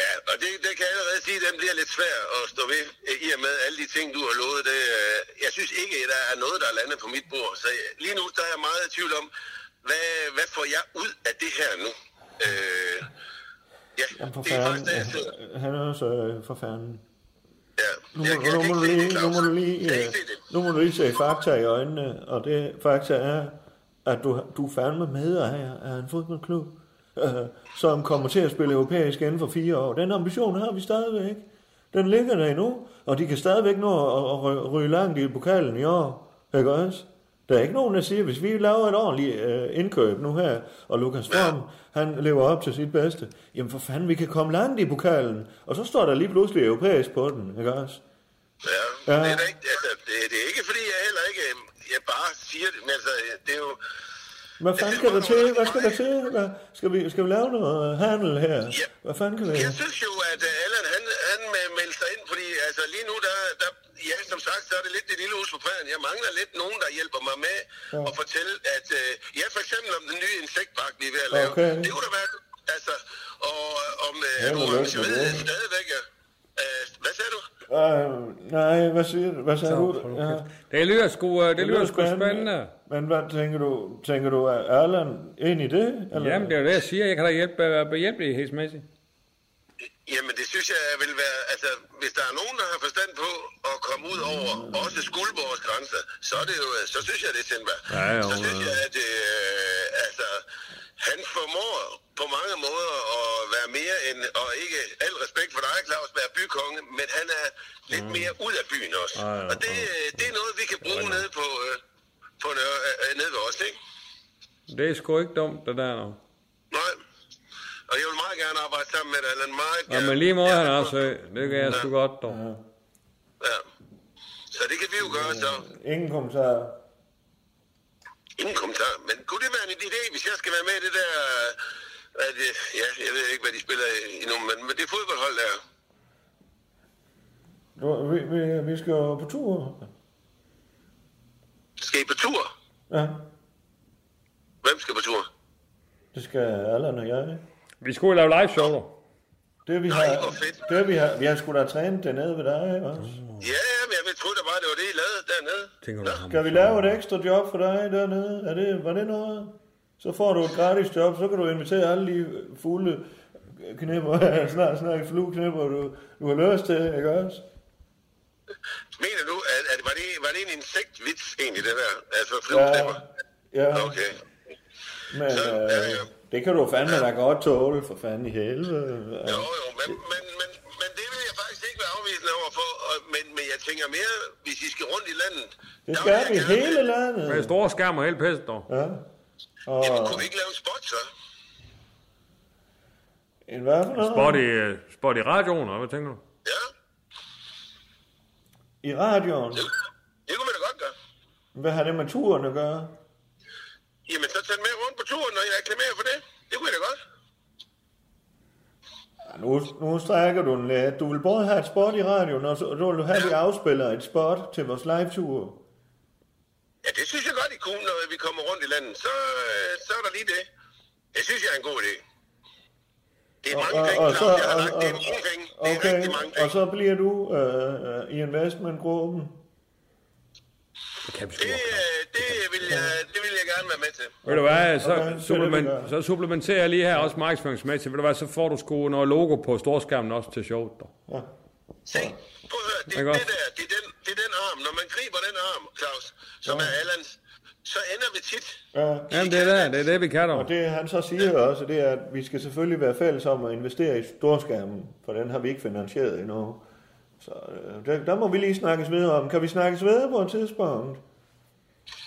Ja, og det, det kan jeg allerede sige, den bliver lidt svær at stå ved, øh, i og med alle de ting, du har lovet. Det, øh, jeg synes ikke, der er noget, der er landet på mit bord. Så jeg- lige nu der er jeg meget i tvivl om, hvad, hvad får jeg ud af det her nu? Øh, ja, Jamen for det er fanden, faktisk det, jeg sidder. han er også øh, for fanden. Nu, jeg- jeg må- nu, kan må du ikke se lige, det, nu må Claus. du lige, Jeg kan øh, ikke se det. nu må du lige se fakta i øjnene, og det fakta er, at du, du er fandme medejer af en fodboldklub, <laughs> øh, som kommer til at spille europæisk inden for fire år. Den ambition har vi stadigvæk. Den ligger der endnu, og de kan stadigvæk nå at, at ry- ryge langt i pokalen i år. Ikke også? Der er ikke nogen, der siger, hvis vi laver et ordentligt øh, indkøb nu her, og Lukas Form, han lever op til sit bedste, jamen for fanden, vi kan komme langt i pokalen, og så står der lige pludselig europæisk på den, ikke også? Ja, det er da ikke, altså, det, det er ikke fordi, jeg heller ikke øh, jeg bare siger det, men altså, det er jo... Hvad fanden skal der til? Hvad skal der til? Hvad, skal, vi, skal vi lave noget handel her? Hvad fanden kan vi? Jeg synes jo, at øh, Allan, han, han øh, meldte sig ind, fordi altså, lige nu, der, der, ja, som sagt, så er det lidt det lille hus på prægen. Jeg mangler lidt nogen, der hjælper mig med Ja. ja. at fortælle, at øh, ja, for eksempel om den nye insektpark, vi er ved at lave. Okay. Det kunne da være, altså, og øh, om øh, Held og Rune lykke med Smed det. stadigvæk er... Øh, hvad sagde du? Øh, nej, hvad siger du? Hvad sagde du? Ja. Det lyder sgu, øh, det lyder sgu spændende. Men hvad tænker du? Tænker du, er Erland ind i det? Jamen, det er jo det, jeg siger. Jeg kan da hjælpe, øh, være behjælpelig helsemæssigt. Jamen, det synes jeg vil være... Altså, hvis der er nogen, der har forstand på at komme ud over også Skuldborgs grænser, så, er det jo, øh, så synes jeg, det er Sindberg. Ja, jo, så synes ja. jeg, at øh, altså, han formår på mange måder at være mere end... Og ikke al respekt for dig, Claus, være bykonge, men han er lidt mere ud af byen også. Mm. Ja, ja, Mm. Og det, øh, det er noget, vi kan bruge nede på... Øh, på Nør- øh, øh, nede ved os, ikke? Det er sgu ikke dumt, det der nu. Nej. Og jeg vil meget gerne arbejde sammen med dig, Allan. Meget Ja, men lige måde han er også, øh, det kan jeg sgu godt, dog. Ja. Så det kan vi jo gøre så. Ingen kommentarer. Ingen kommentar. Men kunne det være en idé, hvis jeg skal være med i det der... At, øh, ja, jeg ved ikke, hvad de spiller i- endnu, men, men det fodboldhold der. Du, vi, vi, vi skal jo på tur. Skal I på tur? Ja, Hvem skal på tur? det skal Erland og jeg. Vi skulle lave live show, dog. Det vi har, det vi har, vi har sgu da trænet dernede ved dig, ikke også? Ja, ja, men jeg ved- troede da bare, det var det, I lavede dernede. Tænker du Skal vi lave et ekstra job for dig dernede? Er det, var det noget? Så får du et gratis job, så kan du invitere alle de fulde knipper, <laughs> snart snakke flueknipper, du, du har lyst til, ikke også? Mener du, at, at var, det, var det en insektvits egentlig, det der? Altså flueknæpper? ja. Okay. Men øh, det kan du fandme da godt tåle, for fanden i helvede. Jo, jo, men, men, men, men det vil jeg faktisk ikke være afvisende overfor. Og, men, men jeg tænker mere, hvis I skal rundt i landet. Det skal vi hele landet. Med store skærm og hele pisse, dog. Ja. Og... Jamen, kunne vi ikke lave en spot, så? En hvad for noget? Spot i, øh, spot i radioen, eller hvad tænker du? I radioen. Det kunne vi da godt gøre. Hvad har det med turen at gøre? Jamen, så tag den med rundt på turen, og jeg reklamerer for det. Det kunne jeg da godt. Nu, nu strækker du den lidt. Du vil både have et spot i radioen, og så og du vil have, at vi afspiller et spot til vores live-tur. Ja, det synes jeg godt, I kunne, når vi kommer rundt i landet. Så, øh, så er der lige det. Det synes jeg er en god idé. Det er mange Og, penge, og, så, Claus. Jeg har og, lagt og, det er mange penge. Det er okay, rigtig mange og så bliver du øh, øh, i investmentgruppen. Det kan vi sgu det, vil jeg, det vil jeg gerne være med til. Ved du hvad, så, Okay, det er det, okay, vi supplement, gør. så supplementerer jeg lige her også markedsføringsmæssigt. Ved du hvad, så får du sgu noget logo på storskærmen også til showet, dog. Ja. Se, prøv at høre, det, Ikke også? det der, det er, den, det er den arm. Når man griber den arm, Claus, som Ja. er Allans, så ender vi tit Ja. Jamen, det er det, det, er det vi kan dog. Og det han så siger også, det er, at vi skal selvfølgelig være fælles om at investere i storskærmen, for den har vi ikke finansieret endnu. Så øh, der, der må vi lige snakkes videre om. Kan vi snakkes videre på et tidspunkt?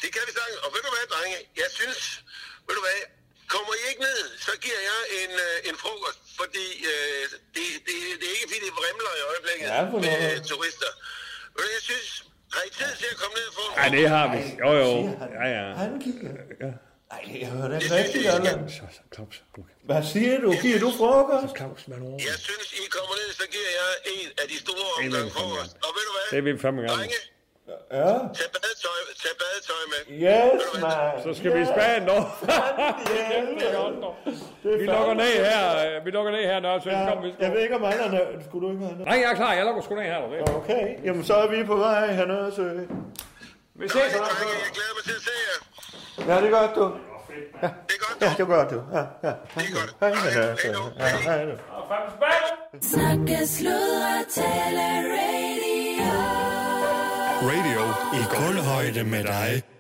Det kan vi snakke. Og ved du hvad, drenge? Jeg synes, ved du hvad, kommer I ikke ned, så giver jeg en, øh, en frokost, fordi øh, det, det, det er ikke fordi, det vrimler i øjeblikket Ja, for med øh, noget. turister. Men jeg synes, har I tid til at komme ned og få en Ja, det har vi. Jo, jo. Siger han. Ja, ja. Han kigger. Ja. Ej, jeg hører det ikke rigtigt, Allan. Så, så, Claus. okay. Hvad siger du? Giver du frokost? Claus, man over. Jeg synes, I kommer ned, så giver jeg en af de store Det vil omgang vi fandme frokost. Og ved du hvad? Det vil vi fandme gerne. Drenge, Ja. tag badetøj, tag badetøj med. Yes, Ved du hvad? man. Så <laughs> skal vi i Spanien <laughs> dog. Vi lukker ned her. øh, Vi lukker ned her, når så Ja, kom vi. jeg ved ikke, om Allan er... Skulle du ikke have noget? Nej, jeg er klar. Jeg lukker sgu ned her. Du. Okay, jamen så er vi på vej hernede, så... Vi ses. så. Drenge, jeg glæder mig til at se jer. Ja, det er godt, du. Ja, ja det er godt, du. Ja, ja. Hej, hej, hej, hej, hej, hej. Snakke, sludre, tale, radio. Radio i kulhøjde med dig.